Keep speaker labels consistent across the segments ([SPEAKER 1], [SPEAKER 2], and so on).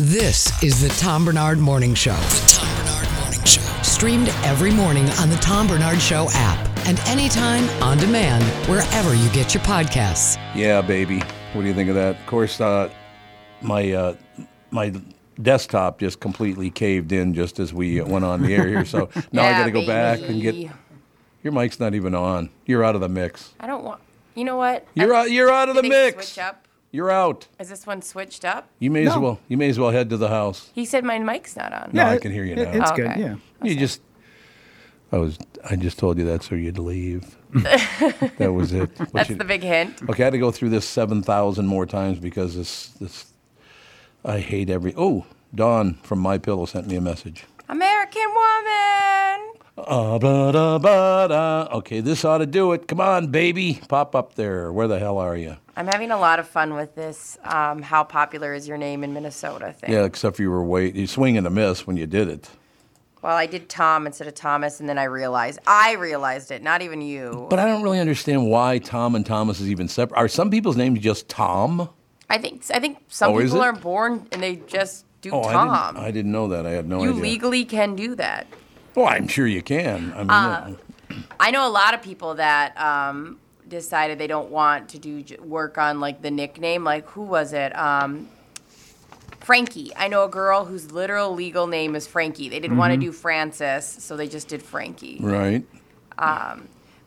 [SPEAKER 1] This is the Tom Bernard Morning Show. The Tom Bernard Morning Show. Streamed every morning on the Tom Bernard Show app and anytime on demand wherever you get your podcasts.
[SPEAKER 2] Yeah, baby. What do you think of that? Of course, uh, my uh, my desktop just completely caved in just as we uh, went on the air here. So now I
[SPEAKER 3] Yeah,
[SPEAKER 2] got to go back and get.
[SPEAKER 3] baby.
[SPEAKER 2] Your mic's not even on. You're out of the mix.
[SPEAKER 3] I don't want. You know what?
[SPEAKER 2] You're
[SPEAKER 3] I-
[SPEAKER 2] out. You're out of the
[SPEAKER 3] Did they
[SPEAKER 2] mix.
[SPEAKER 3] Switch up.
[SPEAKER 2] You're out.
[SPEAKER 3] Is this one switched up?
[SPEAKER 2] You may as
[SPEAKER 4] No.
[SPEAKER 2] well. You may as well head to the house.
[SPEAKER 3] He said my mic's not on.
[SPEAKER 2] No, I can hear you now.
[SPEAKER 4] it's
[SPEAKER 3] Oh,
[SPEAKER 4] good.
[SPEAKER 3] okay.
[SPEAKER 4] Yeah.
[SPEAKER 2] You just. I was. I just told you that so you'd leave. that was it. What
[SPEAKER 3] That's
[SPEAKER 2] you-
[SPEAKER 3] the big hint.
[SPEAKER 2] Okay, I had to go through this seven thousand more times because this this I hate every. Oh, Dawn from My Pillow sent me a message.
[SPEAKER 3] American woman.
[SPEAKER 2] Uh, ba, da, ba, da. Okay, this ought to do it. Come on, baby, pop up there. Where the hell are you?
[SPEAKER 3] I'm having a lot of fun with this. Um, how popular is your name in Minnesota thing?
[SPEAKER 2] Yeah, except you were wait. You swing and a miss when you did it.
[SPEAKER 3] Well, I did Tom instead of Thomas, and then I realized I realized it. Not even you.
[SPEAKER 2] But I don't really understand why Tom and Thomas is even separate. Are some people's names just Tom?
[SPEAKER 3] I think I think some
[SPEAKER 2] Oh, is
[SPEAKER 3] people
[SPEAKER 2] it?
[SPEAKER 3] are born and they just do
[SPEAKER 2] Oh, I
[SPEAKER 3] Tom.
[SPEAKER 2] didn't, I didn't know that. I had no
[SPEAKER 3] you
[SPEAKER 2] idea.
[SPEAKER 3] legally can do that.
[SPEAKER 2] Well, I'm sure you can. I mean,
[SPEAKER 3] Uh.
[SPEAKER 2] yeah.
[SPEAKER 3] I know a lot of people that um, decided they don't want to do j- work on like the nickname. Like who was it? Um, Frankie. I know a girl whose literal legal name is Frankie. They didn't want to do Francis, so they just did Frankie.
[SPEAKER 2] Mm-hmm. right.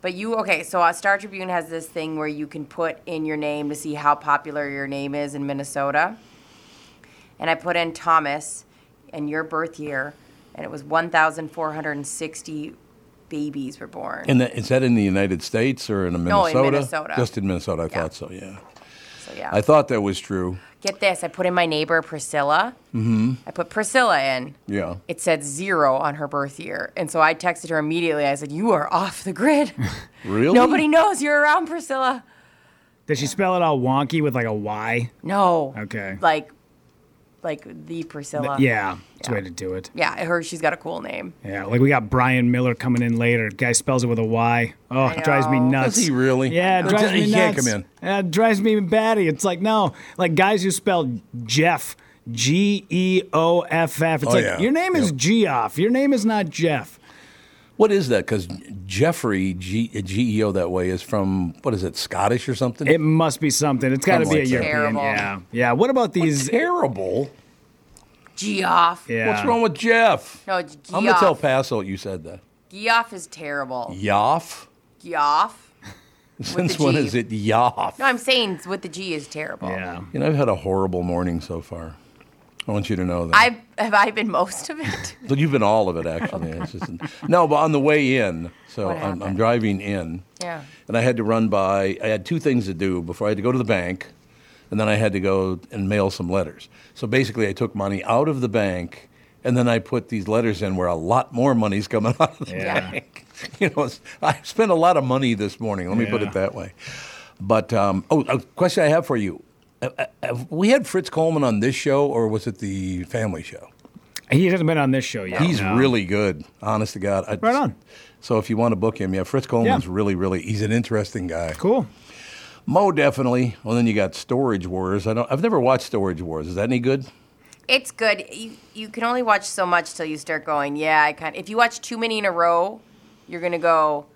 [SPEAKER 3] But you okay? So uh, Star Tribune has this thing where you can put in your name to see how popular your name is in Minnesota. And I put in Thomas and your birth year, and it was 1,460 babies were born.
[SPEAKER 2] And that, is that in the United States or in
[SPEAKER 3] No,
[SPEAKER 2] Minnesota?
[SPEAKER 3] in Minnesota.
[SPEAKER 2] Just in Minnesota, I
[SPEAKER 3] Yeah.
[SPEAKER 2] thought so. Yeah,
[SPEAKER 3] so yeah.
[SPEAKER 2] I thought that was true.
[SPEAKER 3] Get this. I put in my neighbor Priscilla. Mm-hmm. I put Priscilla in.
[SPEAKER 2] Yeah.
[SPEAKER 3] It said zero on her birth year. And so I texted her immediately. I said, You are off the grid.
[SPEAKER 2] Really?
[SPEAKER 3] Nobody knows you're around, Priscilla.
[SPEAKER 4] Did she spell it all wonky with like a Y?
[SPEAKER 3] No.
[SPEAKER 4] Okay.
[SPEAKER 3] Like, like the Priscilla.
[SPEAKER 4] yeah. That's the way to do it.
[SPEAKER 3] Yeah, her. She's got a cool name.
[SPEAKER 4] Yeah. Like we got Brian Miller coming in later. Guy spells it with a Y. Oh, it drives me
[SPEAKER 3] know.
[SPEAKER 4] nuts.
[SPEAKER 2] Does he really?
[SPEAKER 4] Yeah, it
[SPEAKER 2] Does-
[SPEAKER 4] drives me
[SPEAKER 2] he can't
[SPEAKER 4] nuts.
[SPEAKER 2] come in.
[SPEAKER 4] Yeah, it drives me batty. It's like no, like guys who spell Jeff. G E O F F. It's
[SPEAKER 2] Oh,
[SPEAKER 4] like
[SPEAKER 2] yeah.
[SPEAKER 4] your name is
[SPEAKER 2] Yep.
[SPEAKER 4] Geoff. Your name is not Jeff.
[SPEAKER 2] What is that? Because Jeffrey G- GEO that way is from what is it? Scottish or something?
[SPEAKER 4] It must be something. It's got to
[SPEAKER 2] Something
[SPEAKER 4] be a
[SPEAKER 2] like that.
[SPEAKER 4] European.
[SPEAKER 3] Terrible.
[SPEAKER 4] Yeah, yeah. What about these?
[SPEAKER 2] terrible.
[SPEAKER 3] Geoff.
[SPEAKER 4] Yeah.
[SPEAKER 2] What's wrong with Jeff?
[SPEAKER 3] No, it's Geoff.
[SPEAKER 2] I'm gonna tell Paso you said that.
[SPEAKER 3] Geoff is terrible.
[SPEAKER 2] Yoff.
[SPEAKER 3] Geoff.
[SPEAKER 2] Since
[SPEAKER 3] the
[SPEAKER 2] when
[SPEAKER 3] G.
[SPEAKER 2] is it Yoff?
[SPEAKER 3] No, I'm saying with the G is terrible.
[SPEAKER 4] Yeah.
[SPEAKER 2] You know, I've had a horrible morning so far. I want you to know that.
[SPEAKER 3] I've, have I been most of it?
[SPEAKER 2] So you've been all of it, actually. It's just- no, but on the way in, so
[SPEAKER 3] What
[SPEAKER 2] I'm, I'm
[SPEAKER 3] happened?
[SPEAKER 2] driving in.
[SPEAKER 3] Yeah.
[SPEAKER 2] And I had to run by, I had two things to do before I had to go to the bank, and then I had to go and mail some letters. So basically, I took money out of the bank, and then I put these letters in where a lot more money's coming out of the
[SPEAKER 4] Yeah.
[SPEAKER 2] bank. You know, it's, I spent a lot of money this morning, let me put
[SPEAKER 4] Yeah.
[SPEAKER 2] it that way. But, um, oh, a question I have for you. Uh, uh, Have we had Fritz Coleman on this show, or was it the family show?
[SPEAKER 4] He hasn't been on this show yet.
[SPEAKER 2] He's
[SPEAKER 4] no.
[SPEAKER 2] really good, honest to God. I-
[SPEAKER 4] Right on.
[SPEAKER 2] So if you want to book him, yeah, Fritz Coleman's
[SPEAKER 4] Yeah.
[SPEAKER 2] really, really, he's an interesting guy.
[SPEAKER 4] cool.
[SPEAKER 2] Mo definitely. Well, then you got Storage Wars. I don't. I've never watched Storage Wars. Is that any good?
[SPEAKER 3] It's good. You, you can only watch so much till you start going, yeah, I kind If you watch too many in a row, you're going to go,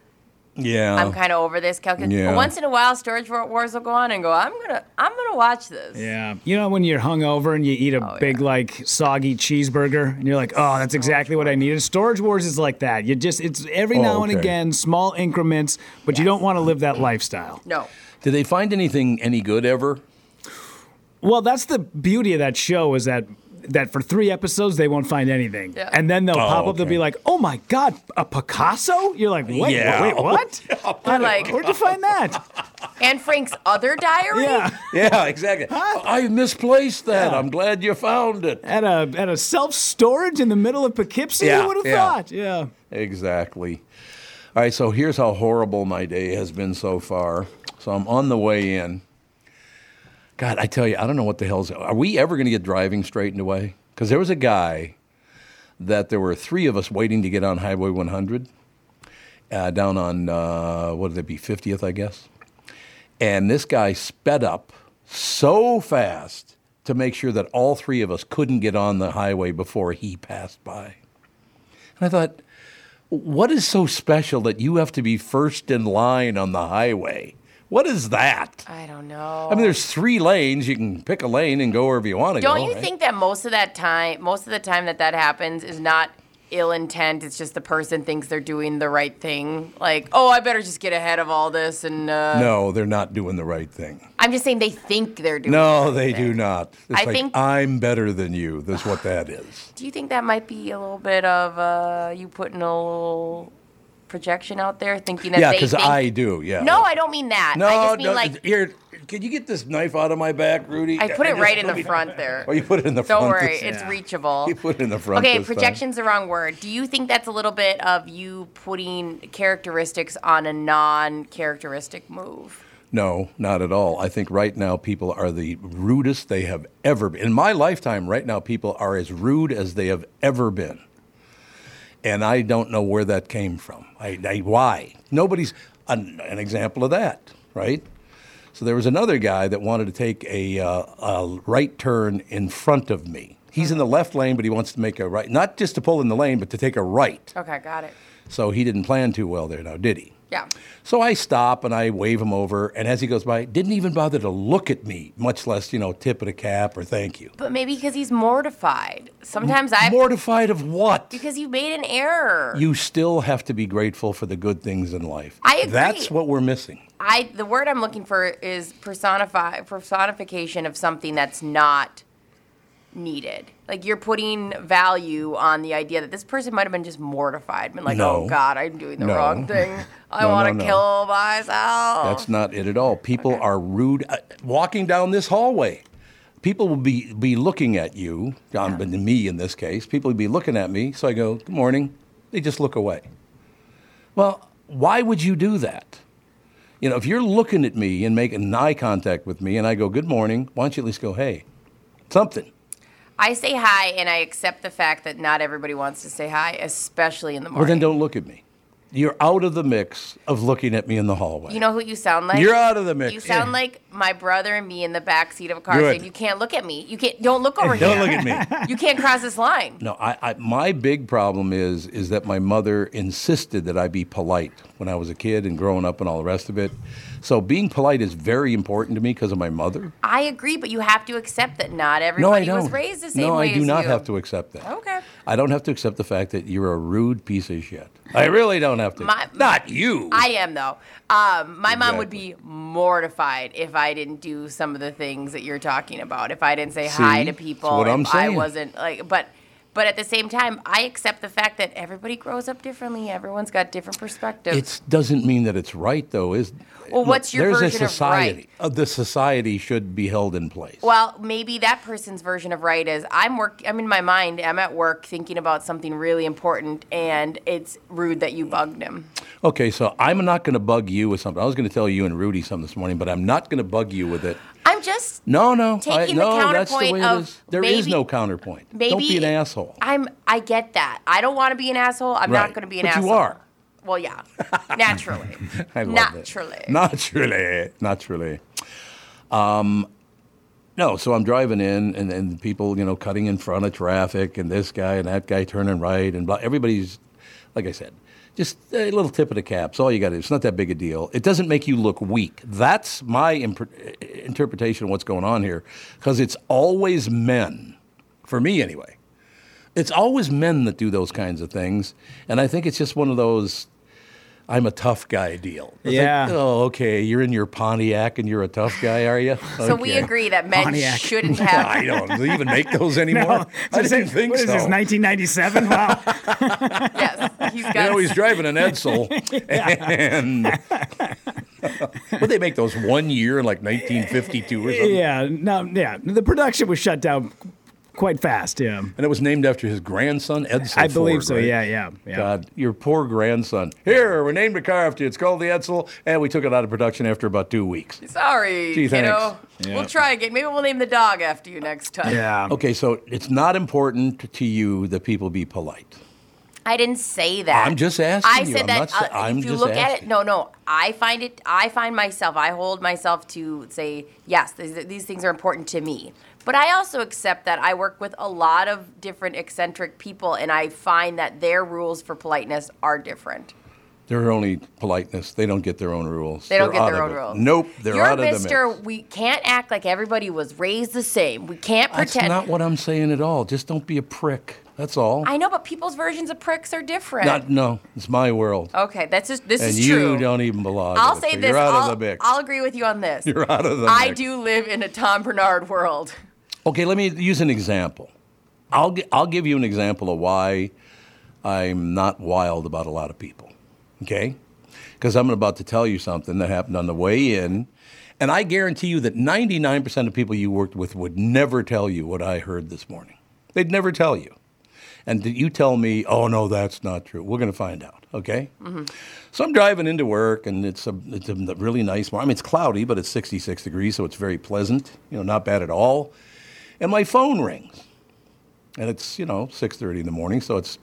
[SPEAKER 2] Yeah.
[SPEAKER 3] I'm kind of over this. Calc-
[SPEAKER 2] Oh. Yeah.
[SPEAKER 3] Once in a while, Storage Wa- Wars will go on and go, I'm going to I'm gonna watch this.
[SPEAKER 4] Yeah. You know when you're hungover and you eat a
[SPEAKER 3] Oh,
[SPEAKER 4] big
[SPEAKER 3] yeah.
[SPEAKER 4] like soggy cheeseburger and you're like, oh, that's exactly what I needed. Storage Wars is like that. You just it's every
[SPEAKER 2] Oh,
[SPEAKER 4] now and
[SPEAKER 2] okay.
[SPEAKER 4] again, small increments, but you don't want to live that lifestyle.
[SPEAKER 3] No.
[SPEAKER 2] Did they find anything any good ever?
[SPEAKER 4] Well, that's the beauty of that show is that that for three episodes they won't find anything,
[SPEAKER 3] Yeah.
[SPEAKER 4] and then they'll pop up. They'll
[SPEAKER 2] okay.
[SPEAKER 4] be like, "Oh my God, a Picasso!" You're like, "Wait,
[SPEAKER 2] Yeah.
[SPEAKER 4] wait, what? How did-
[SPEAKER 3] Like-
[SPEAKER 4] where'd you find that?"
[SPEAKER 3] And Frank's other diary?
[SPEAKER 4] yeah,
[SPEAKER 2] Yeah, exactly. I misplaced that.
[SPEAKER 4] Yeah.
[SPEAKER 2] I'm glad you found it.
[SPEAKER 4] at a at a self storage in the middle of Poughkeepsie.
[SPEAKER 2] Yeah,
[SPEAKER 4] Who would have
[SPEAKER 2] yeah.
[SPEAKER 4] thought? Yeah.
[SPEAKER 2] Exactly. All right, so here's how horrible my day has been so far. So I'm on the way in. God, I tell you, I don't know what the hell's. Are we ever going to get driving straightened away? Because there was a guy that there were three of us waiting to get on Highway 100 uh, down on, uh, what would it be, 50th, I guess. And this guy sped up so fast to make sure that all three of us couldn't get on the highway before he passed by. And I thought, what is so special that you have to be first in line on the highway? What is that?
[SPEAKER 3] I don't know.
[SPEAKER 2] I mean, there's three lanes. You can pick a lane and go wherever you want to go.
[SPEAKER 3] Don't you
[SPEAKER 2] right?
[SPEAKER 3] think that most of that time, most of the time that that happens is not ill intent. It's just the person thinks they're doing the right thing. Like, oh, I better just get ahead of all this. And uh,
[SPEAKER 2] No, they're not doing the right thing.
[SPEAKER 3] I'm just saying they think they're doing.
[SPEAKER 2] No,
[SPEAKER 3] the right
[SPEAKER 2] they
[SPEAKER 3] thing.
[SPEAKER 2] do not. It's
[SPEAKER 3] I
[SPEAKER 2] like
[SPEAKER 3] think-
[SPEAKER 2] I'm better than you. That's what that is.
[SPEAKER 3] Do you think that might be a little bit of uh, you putting a little projection out there, thinking that
[SPEAKER 2] Yeah,
[SPEAKER 3] they
[SPEAKER 2] because
[SPEAKER 3] think?
[SPEAKER 2] I do. Yeah.
[SPEAKER 3] No, I don't mean that.
[SPEAKER 2] No,
[SPEAKER 3] I just mean
[SPEAKER 2] no,
[SPEAKER 3] like
[SPEAKER 2] here. Can you get this knife out of my back, Rudy?
[SPEAKER 3] I put it
[SPEAKER 2] just-
[SPEAKER 3] right in the front there.
[SPEAKER 2] Oh, you put it in the
[SPEAKER 3] Don't
[SPEAKER 2] front.
[SPEAKER 3] worry,
[SPEAKER 2] this-
[SPEAKER 3] it's
[SPEAKER 4] Yeah.
[SPEAKER 3] reachable.
[SPEAKER 2] You put it in the front.
[SPEAKER 3] Okay,
[SPEAKER 2] this time.
[SPEAKER 3] projection's the wrong word. Do you think that's a little bit of you putting characteristics on a non-characteristic move?
[SPEAKER 2] No, not at all. I think right now people are the rudest they have ever been. In my lifetime, right now people are as rude as they have ever been. And I don't know where that came from. I, I, why? Nobody's an, an example of that, right? So there was another guy that wanted to take a, uh, a right turn in front of me. He's in the left lane, but he wants to make a right, not just to pull in the lane, but to take a right.
[SPEAKER 3] Okay, got it.
[SPEAKER 2] So he didn't plan too well there now, did he?
[SPEAKER 3] Yeah.
[SPEAKER 2] So I stop and I wave him over, and as he goes by, didn't even bother to look at me, much less you know tip it a cap or thank you.
[SPEAKER 3] But maybe because he's mortified. Sometimes I
[SPEAKER 2] Mortified of what?
[SPEAKER 3] because you made an error.
[SPEAKER 2] You still have to be grateful for the good things in life.
[SPEAKER 3] I agree.
[SPEAKER 2] That's what we're missing.
[SPEAKER 3] I the word I'm looking for is personify personification of something that's not needed. Like you're putting value on the idea that this person might have been just mortified, been like,
[SPEAKER 2] No.
[SPEAKER 3] "Oh God, I'm doing the
[SPEAKER 2] No.
[SPEAKER 3] wrong thing. I
[SPEAKER 2] No,
[SPEAKER 3] want to
[SPEAKER 2] no, no.
[SPEAKER 3] kill myself."
[SPEAKER 2] That's not it at all. People are rude. Uh, walking down this hallway, people will be, be looking at you, John, but me in this case. People will be looking at me. So I go, Good morning. They just look away. Well, why would you do that? You know, if you're looking at me and making eye contact with me and I go, Good morning, why don't you at least go, Hey, something?
[SPEAKER 3] I say hi, and I accept the fact that not everybody wants to say hi, especially in the
[SPEAKER 2] Well,
[SPEAKER 3] morning.
[SPEAKER 2] then don't look at me. You're out of the mix of looking at me in the hallway.
[SPEAKER 3] you know who you sound like?
[SPEAKER 2] You're out of the mix.
[SPEAKER 3] You sound
[SPEAKER 2] Yeah.
[SPEAKER 3] like my brother and me in the back seat of a car
[SPEAKER 2] Good.
[SPEAKER 3] saying, "You can't look at me. You can't. Don't look over
[SPEAKER 2] don't
[SPEAKER 3] here.
[SPEAKER 2] look at me.
[SPEAKER 3] You can't cross this line."
[SPEAKER 2] No, I, I, my big problem is is that my mother insisted that I be polite when I was a kid and growing up and all the rest of it. So being polite is very important to me because of my mother.
[SPEAKER 3] I agree, but you have to accept that not
[SPEAKER 2] No, I
[SPEAKER 3] everybody
[SPEAKER 2] don't.
[SPEAKER 3] was raised the same
[SPEAKER 2] no,
[SPEAKER 3] way
[SPEAKER 2] I do
[SPEAKER 3] as
[SPEAKER 2] not
[SPEAKER 3] you.
[SPEAKER 2] have to accept that.
[SPEAKER 3] Okay.
[SPEAKER 2] I don't have to accept the fact that you're a rude piece of shit. I really don't have to.
[SPEAKER 3] My-
[SPEAKER 2] not you.
[SPEAKER 3] I am though. Um, my mom would
[SPEAKER 2] Exactly.
[SPEAKER 3] be mortified if I didn't do some of the things that you're talking about. If I didn't say hi
[SPEAKER 2] See?
[SPEAKER 3] to
[SPEAKER 2] That's
[SPEAKER 3] people,
[SPEAKER 2] what I'm
[SPEAKER 3] if I
[SPEAKER 2] saying.
[SPEAKER 3] wasn't like, but but at the same time, I accept the fact that everybody grows up differently. Everyone's got different perspectives.
[SPEAKER 2] It doesn't mean that it's right, though. Is
[SPEAKER 3] Well,
[SPEAKER 2] Look,
[SPEAKER 3] what's your
[SPEAKER 2] there's
[SPEAKER 3] version
[SPEAKER 2] a
[SPEAKER 3] of
[SPEAKER 2] society. Uh, the society should be held in place.
[SPEAKER 3] Well, maybe that person's version of right is I'm work. I'm in my mind. I'm at work thinking about something really important, and it's rude that you bugged him.
[SPEAKER 2] Okay, so I'm not going to bug you with something. I was going to tell you and Rudy something this morning, but I'm not going to bug you with it.
[SPEAKER 3] I'm just
[SPEAKER 2] No, no, I,
[SPEAKER 3] Taking the
[SPEAKER 2] no. that's the
[SPEAKER 3] counterpoint
[SPEAKER 2] way
[SPEAKER 3] of
[SPEAKER 2] it is. There is
[SPEAKER 3] maybe-
[SPEAKER 2] no counterpoint.
[SPEAKER 3] maybe
[SPEAKER 2] Don't be an asshole.
[SPEAKER 3] I'm. I get that. I don't want to be an asshole. I'm not
[SPEAKER 2] Right.
[SPEAKER 3] going to be an
[SPEAKER 2] But you
[SPEAKER 3] asshole.
[SPEAKER 2] are.
[SPEAKER 3] Well, yeah, naturally.
[SPEAKER 2] I love that.
[SPEAKER 3] naturally.
[SPEAKER 2] Naturally, naturally. Um, no, so I'm driving in, and, and people, you know, cutting in front of traffic, and this guy and that guy turning right, and blah, everybody's, like I said, just a little tip of the cap. It's all you got to do. It's not that big a deal. It doesn't make you look weak. That's my imp- interpretation of what's going on here, because it's always men, for me anyway. It's always men that do those kinds of things, and I think it's just one of those I'm a tough guy deal. It's like,
[SPEAKER 4] Yeah.
[SPEAKER 2] oh, okay. You're in your Pontiac and you're a tough guy, are you?
[SPEAKER 3] So we agree that men
[SPEAKER 4] Pontiac.
[SPEAKER 3] shouldn't
[SPEAKER 2] I
[SPEAKER 3] have.
[SPEAKER 2] don't. Do they even make those anymore? I
[SPEAKER 4] What is
[SPEAKER 2] didn't
[SPEAKER 4] it-
[SPEAKER 2] think
[SPEAKER 4] what is
[SPEAKER 2] so.
[SPEAKER 4] this, 1997? Wow.
[SPEAKER 3] yes, he's got.
[SPEAKER 2] you know, he's driving an Edsel, and would they make those one year in like 1952 or something?
[SPEAKER 4] yeah. No, yeah. The production was shut down quite fast. Yeah.
[SPEAKER 2] And it was named after his grandson, Edsel.
[SPEAKER 4] I believe
[SPEAKER 2] Ford,
[SPEAKER 4] so.
[SPEAKER 2] right?
[SPEAKER 4] Yeah. Yeah. Yeah.
[SPEAKER 2] God, your poor grandson. Here, we named a car after you. It's called the Edsel, and we took it out of production after about two weeks.
[SPEAKER 3] Sorry,
[SPEAKER 2] Gee,
[SPEAKER 3] kiddo.
[SPEAKER 2] thanks.
[SPEAKER 4] Yeah.
[SPEAKER 3] We'll try again. Maybe we'll name the dog after you next time.
[SPEAKER 4] Yeah.
[SPEAKER 2] Okay, so it's not important to you that people be polite.
[SPEAKER 3] I didn't say that.
[SPEAKER 2] I'm just asking
[SPEAKER 3] I
[SPEAKER 2] you.
[SPEAKER 3] said
[SPEAKER 2] I'm
[SPEAKER 3] that
[SPEAKER 2] not sa-
[SPEAKER 3] uh,
[SPEAKER 2] I'm
[SPEAKER 3] if you
[SPEAKER 2] just
[SPEAKER 3] look at it,
[SPEAKER 2] asking.
[SPEAKER 3] no, no. I find it. I find myself. I hold myself to say yes. These, these things are important to me. But I also accept that I work with a lot of different eccentric people, and I find that their rules for politeness are different.
[SPEAKER 2] They're only politeness. They don't get their own rules.
[SPEAKER 3] They don't
[SPEAKER 2] They're
[SPEAKER 3] get their own
[SPEAKER 2] out of it.
[SPEAKER 3] rules.
[SPEAKER 2] Nope, they're
[SPEAKER 3] You're
[SPEAKER 2] out of
[SPEAKER 3] Mister.
[SPEAKER 2] the mix.
[SPEAKER 3] We can't act like everybody was raised the same. We can't
[SPEAKER 2] That's
[SPEAKER 3] pretend.
[SPEAKER 2] not what I'm saying at all. Just don't be a prick. That's all.
[SPEAKER 3] I know, but people's versions of pricks are different.
[SPEAKER 2] Not no. It's my world,
[SPEAKER 3] okay, that's just Oh, this
[SPEAKER 2] and
[SPEAKER 3] is
[SPEAKER 2] you
[SPEAKER 3] true.
[SPEAKER 2] don't even belong.
[SPEAKER 3] I'll
[SPEAKER 2] in it,
[SPEAKER 3] say
[SPEAKER 2] so
[SPEAKER 3] this.
[SPEAKER 2] You're out
[SPEAKER 3] I'll,
[SPEAKER 2] of the mix.
[SPEAKER 3] I'll agree with you on this.
[SPEAKER 2] you're out of the
[SPEAKER 3] I
[SPEAKER 2] mix.
[SPEAKER 3] do live in a Tom Bernard world.
[SPEAKER 2] Okay, let me use an example. I'll gi- I'll give you an example of why I'm not wild about a lot of people. Okay? Because I'm about to tell you something that happened on the way in, and I guarantee you that 99% of people you worked with would never tell you what I heard this morning. They'd never tell you. And did you tell me, oh no, that's not true? We're going to find out. Okay? So I'm driving into work, and it's a, it's a really nice morning. I mean, it's cloudy, but it's 66 degrees, so it's very pleasant. You know, not bad at all. And my phone rings, and it's you know 6:30 in the morning, so it's.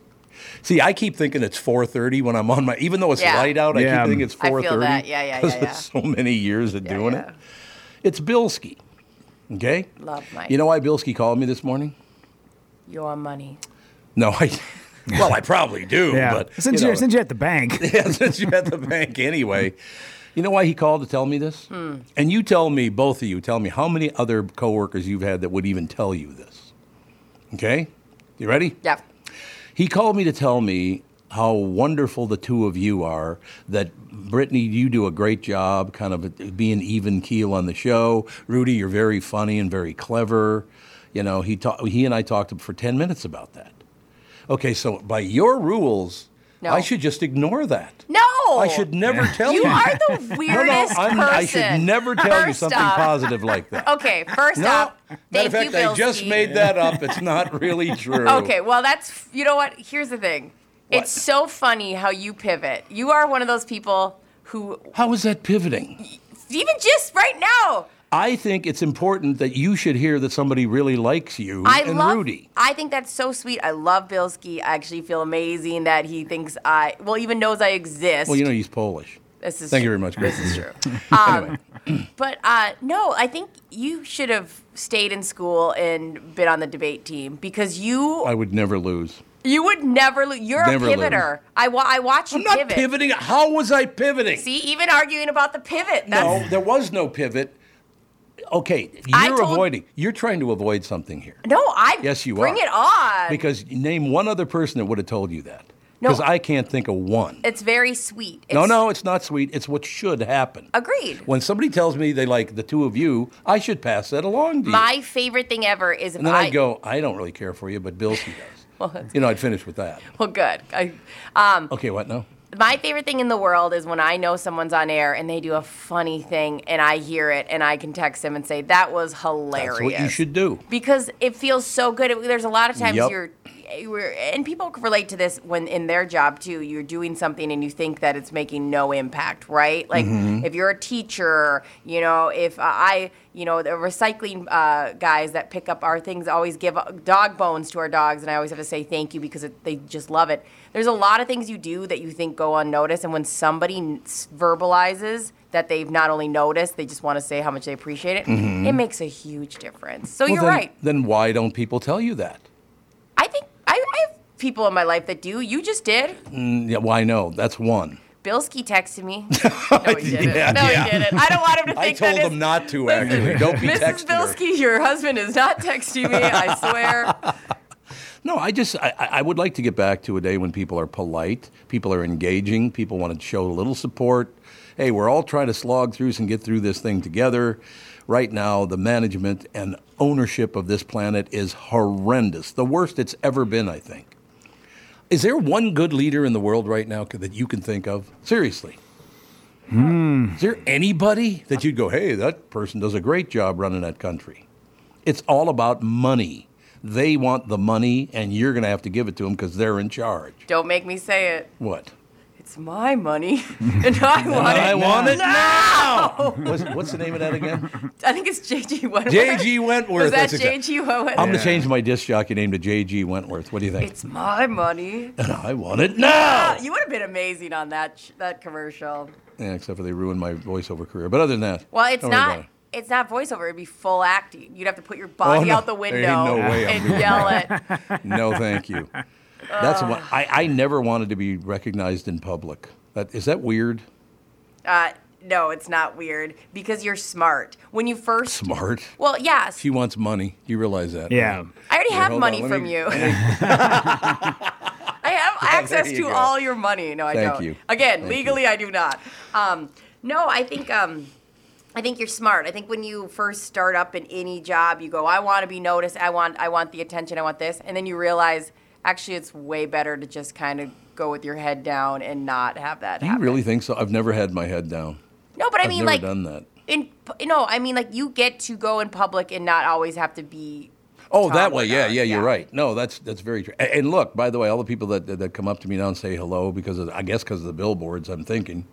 [SPEAKER 2] See, I keep thinking it's 4:30 when I'm on my, even though it's
[SPEAKER 3] Yeah.
[SPEAKER 2] light out. I
[SPEAKER 4] Yeah.
[SPEAKER 2] keep thinking it's 4:30.
[SPEAKER 3] I feel that. Yeah, yeah, yeah,
[SPEAKER 2] 'cause of
[SPEAKER 3] yeah.
[SPEAKER 2] So many years of doing
[SPEAKER 3] yeah.
[SPEAKER 2] it. It's Bilski. Okay.
[SPEAKER 3] Love Mike.
[SPEAKER 2] You know why Bilski called me this morning?
[SPEAKER 3] Your money.
[SPEAKER 2] No, I. Well, I probably do,
[SPEAKER 4] Yeah.
[SPEAKER 2] but
[SPEAKER 4] since,
[SPEAKER 2] you
[SPEAKER 4] you
[SPEAKER 2] know,
[SPEAKER 4] are since you're at the bank,
[SPEAKER 2] yeah, since you're at the bank anyway. You know why he called to tell me this?
[SPEAKER 3] Hmm.
[SPEAKER 2] And you tell me, both of you, tell me how many other coworkers you've had that would even tell you this. Okay? You ready?
[SPEAKER 3] Yeah.
[SPEAKER 2] He called me to tell me how wonderful the two of you are. That Brittany, you do a great job, kind of being even keel on the show. Rudy, you're very funny and very clever. You know, he ta- he and I talked for ten minutes about that. Okay, so by your rules,
[SPEAKER 3] No.
[SPEAKER 2] I should just ignore that.
[SPEAKER 3] No.
[SPEAKER 2] I should never tell
[SPEAKER 3] You
[SPEAKER 2] you.
[SPEAKER 3] are the
[SPEAKER 2] no, no,
[SPEAKER 3] weirdest
[SPEAKER 2] I'm,
[SPEAKER 3] person.
[SPEAKER 2] I should never tell you
[SPEAKER 3] First
[SPEAKER 2] something
[SPEAKER 3] off-
[SPEAKER 2] positive like that.
[SPEAKER 3] Okay, first
[SPEAKER 2] No,
[SPEAKER 3] off,
[SPEAKER 2] matter
[SPEAKER 3] thank
[SPEAKER 2] of fact,
[SPEAKER 3] you,
[SPEAKER 2] I just
[SPEAKER 3] Bilski.
[SPEAKER 2] made that up. It's not really true.
[SPEAKER 3] Okay, well, that's you know what. Here's the thing.
[SPEAKER 2] What?
[SPEAKER 3] It's so funny how you pivot. You are one of those people who,
[SPEAKER 2] How is that pivoting?
[SPEAKER 3] even just right now,
[SPEAKER 2] I think it's important that you should hear that somebody really likes you
[SPEAKER 3] I
[SPEAKER 2] and
[SPEAKER 3] love.
[SPEAKER 2] Rudy.
[SPEAKER 3] I think that's so sweet. I love Bilski. I actually feel amazing that he thinks I, well, even knows I exist.
[SPEAKER 2] Well, you know he's Polish.
[SPEAKER 3] This is
[SPEAKER 2] Thank you
[SPEAKER 3] true.
[SPEAKER 2] very much,
[SPEAKER 3] This
[SPEAKER 2] Gracie.
[SPEAKER 3] is true. Um, but uh, no, I think you should have stayed in school and been on the debate team because you
[SPEAKER 2] I would never lose.
[SPEAKER 3] you would never lose. You're
[SPEAKER 2] Never
[SPEAKER 3] a
[SPEAKER 2] lose.
[SPEAKER 3] pivoter. I wa- I watch you
[SPEAKER 2] I'm not
[SPEAKER 3] pivot.
[SPEAKER 2] pivoting. How was I pivoting?
[SPEAKER 3] See, even arguing about the pivot. That's,
[SPEAKER 2] no, there was no pivot. Okay,
[SPEAKER 3] I
[SPEAKER 2] you're
[SPEAKER 3] told-
[SPEAKER 2] avoiding. You're trying to avoid something here.
[SPEAKER 3] No, I
[SPEAKER 2] Yes, you
[SPEAKER 3] bring
[SPEAKER 2] are.
[SPEAKER 3] it on.
[SPEAKER 2] Because name one other person that would have told you that.
[SPEAKER 3] No.
[SPEAKER 2] Because I can't think of one.
[SPEAKER 3] it's very sweet.
[SPEAKER 2] No,
[SPEAKER 3] It's-
[SPEAKER 2] no, it's not sweet. It's what should happen.
[SPEAKER 3] Agreed.
[SPEAKER 2] When somebody tells me they like the two of you, I should pass that along to you.
[SPEAKER 3] My favorite thing ever is if
[SPEAKER 2] and then
[SPEAKER 3] I
[SPEAKER 2] I'd go, I don't really care for you, but Bilski does. you know, I'd finish with that.
[SPEAKER 3] Well, good. I, um,
[SPEAKER 2] Okay, what now?
[SPEAKER 3] my favorite thing in the world is when I know someone's on air and they do a funny thing and I hear it and I can text them and say that was hilarious.
[SPEAKER 2] That's what you should do.
[SPEAKER 3] because it feels so good. It- there's a lot of times
[SPEAKER 2] Yep.
[SPEAKER 3] you're, you're, and people can relate to this when in their job too. You're doing something and you think that it's making no impact, right? Like
[SPEAKER 2] Mm-hmm.
[SPEAKER 3] if you're a teacher, you know, if uh, I, you know, the recycling uh, guys that pick up our things always give dog bones to our dogs, and I always have to say thank you because it, they just love it. There's a lot of things you do that you think go unnoticed, and when somebody n- s- verbalizes that they've not only noticed, they just want to say how much they appreciate it. It makes a huge difference. So
[SPEAKER 2] Mm-hmm. Well,
[SPEAKER 3] you're
[SPEAKER 2] then,
[SPEAKER 3] right.
[SPEAKER 2] Then why don't people tell you that?
[SPEAKER 3] I think I, I have people in my life that do. You just did.
[SPEAKER 2] Yeah, well, I know. That's one.
[SPEAKER 3] Bilski texted me. No, he didn't.
[SPEAKER 2] Yeah,
[SPEAKER 3] no,
[SPEAKER 2] yeah.
[SPEAKER 3] he didn't. I don't want him to
[SPEAKER 2] I
[SPEAKER 3] think
[SPEAKER 2] told
[SPEAKER 3] that
[SPEAKER 2] them
[SPEAKER 3] his-
[SPEAKER 2] not to, actually. Don't be
[SPEAKER 3] Mrs.
[SPEAKER 2] texting her.
[SPEAKER 3] Bilski, your husband is not texting me. I swear.
[SPEAKER 2] No, I just I, I I would like to get back to a day when people are polite, people are engaging, people want to show a little support. Hey, we're all trying to slog through this and get through this thing together. Right now, the management and ownership of this planet is horrendous, the worst it's ever been, I think. Is there one good leader in the world right now c- that you can think of? Seriously. Is there anybody that you'd go, hey, that person does a great job running that country? It's all about money. They want the money, and you're going to have to give it to them because they're in charge.
[SPEAKER 3] Don't make me say it.
[SPEAKER 2] What?
[SPEAKER 3] It's my money, and I want it.
[SPEAKER 2] I want it
[SPEAKER 3] now.
[SPEAKER 2] What's, what's the name of that again?
[SPEAKER 3] I think it's JG Wentworth.
[SPEAKER 2] J.G. Wentworth.
[SPEAKER 3] Was that
[SPEAKER 2] That's exact-
[SPEAKER 3] JG Wentworth?
[SPEAKER 2] I'm going to change my disc jockey name to J.G. Wentworth. What do you think?
[SPEAKER 3] It's my money. Uh,
[SPEAKER 2] and I want it now.
[SPEAKER 3] Ah, You would have been amazing on that sh- that commercial.
[SPEAKER 2] Yeah, except for they ruined Oh my voiceover career. But other than that,
[SPEAKER 3] Well, it's
[SPEAKER 2] don't worry
[SPEAKER 3] not.
[SPEAKER 2] about
[SPEAKER 3] it's not voiceover. It'd be full acting. You'd have to put your body
[SPEAKER 2] Oh, no.
[SPEAKER 3] out the
[SPEAKER 2] There ain't
[SPEAKER 3] window
[SPEAKER 2] no way I'm
[SPEAKER 3] and
[SPEAKER 2] doing
[SPEAKER 3] yell it.
[SPEAKER 2] No, thank you. That's what I, I never wanted to be recognized in public. That, is that weird?
[SPEAKER 3] Uh, no, it's not weird because you're smart. When you first
[SPEAKER 2] Smart.
[SPEAKER 3] well, yes,
[SPEAKER 2] She wants money. You realize that?
[SPEAKER 4] Yeah.
[SPEAKER 2] right?
[SPEAKER 3] I already
[SPEAKER 2] Here,
[SPEAKER 3] have
[SPEAKER 2] hold
[SPEAKER 3] money
[SPEAKER 2] on, let
[SPEAKER 3] from
[SPEAKER 2] me-
[SPEAKER 3] you.
[SPEAKER 2] let me-
[SPEAKER 3] I have access
[SPEAKER 2] there
[SPEAKER 3] to
[SPEAKER 2] you go.
[SPEAKER 3] all your money. No, I
[SPEAKER 2] Thank
[SPEAKER 3] don't.
[SPEAKER 2] you.
[SPEAKER 3] Again,
[SPEAKER 2] Thank
[SPEAKER 3] legally, I do not. Um, no, I think um, I think you're smart. I think when you first start up in any job, you go, "I want to be noticed. I want, I want the attention. I want this," and then you realize actually it's way better to just kind of go with your head down and not have that.
[SPEAKER 2] Do you
[SPEAKER 3] happen.
[SPEAKER 2] really think so? I've never had my head down.
[SPEAKER 3] No, but I
[SPEAKER 2] I've
[SPEAKER 3] mean,
[SPEAKER 2] never
[SPEAKER 3] like,
[SPEAKER 2] done that.
[SPEAKER 3] in pu- no, I mean, like, you get to go in public and not always have to be.
[SPEAKER 2] Oh,
[SPEAKER 3] Tom
[SPEAKER 2] that way,
[SPEAKER 3] Bernard,
[SPEAKER 2] yeah, yeah, you're
[SPEAKER 3] yeah.
[SPEAKER 2] right. No, that's that's very true. A- And look, by the way, all the people that that, that come up to me now and say hello because of, I guess because of the billboards, I'm thinking,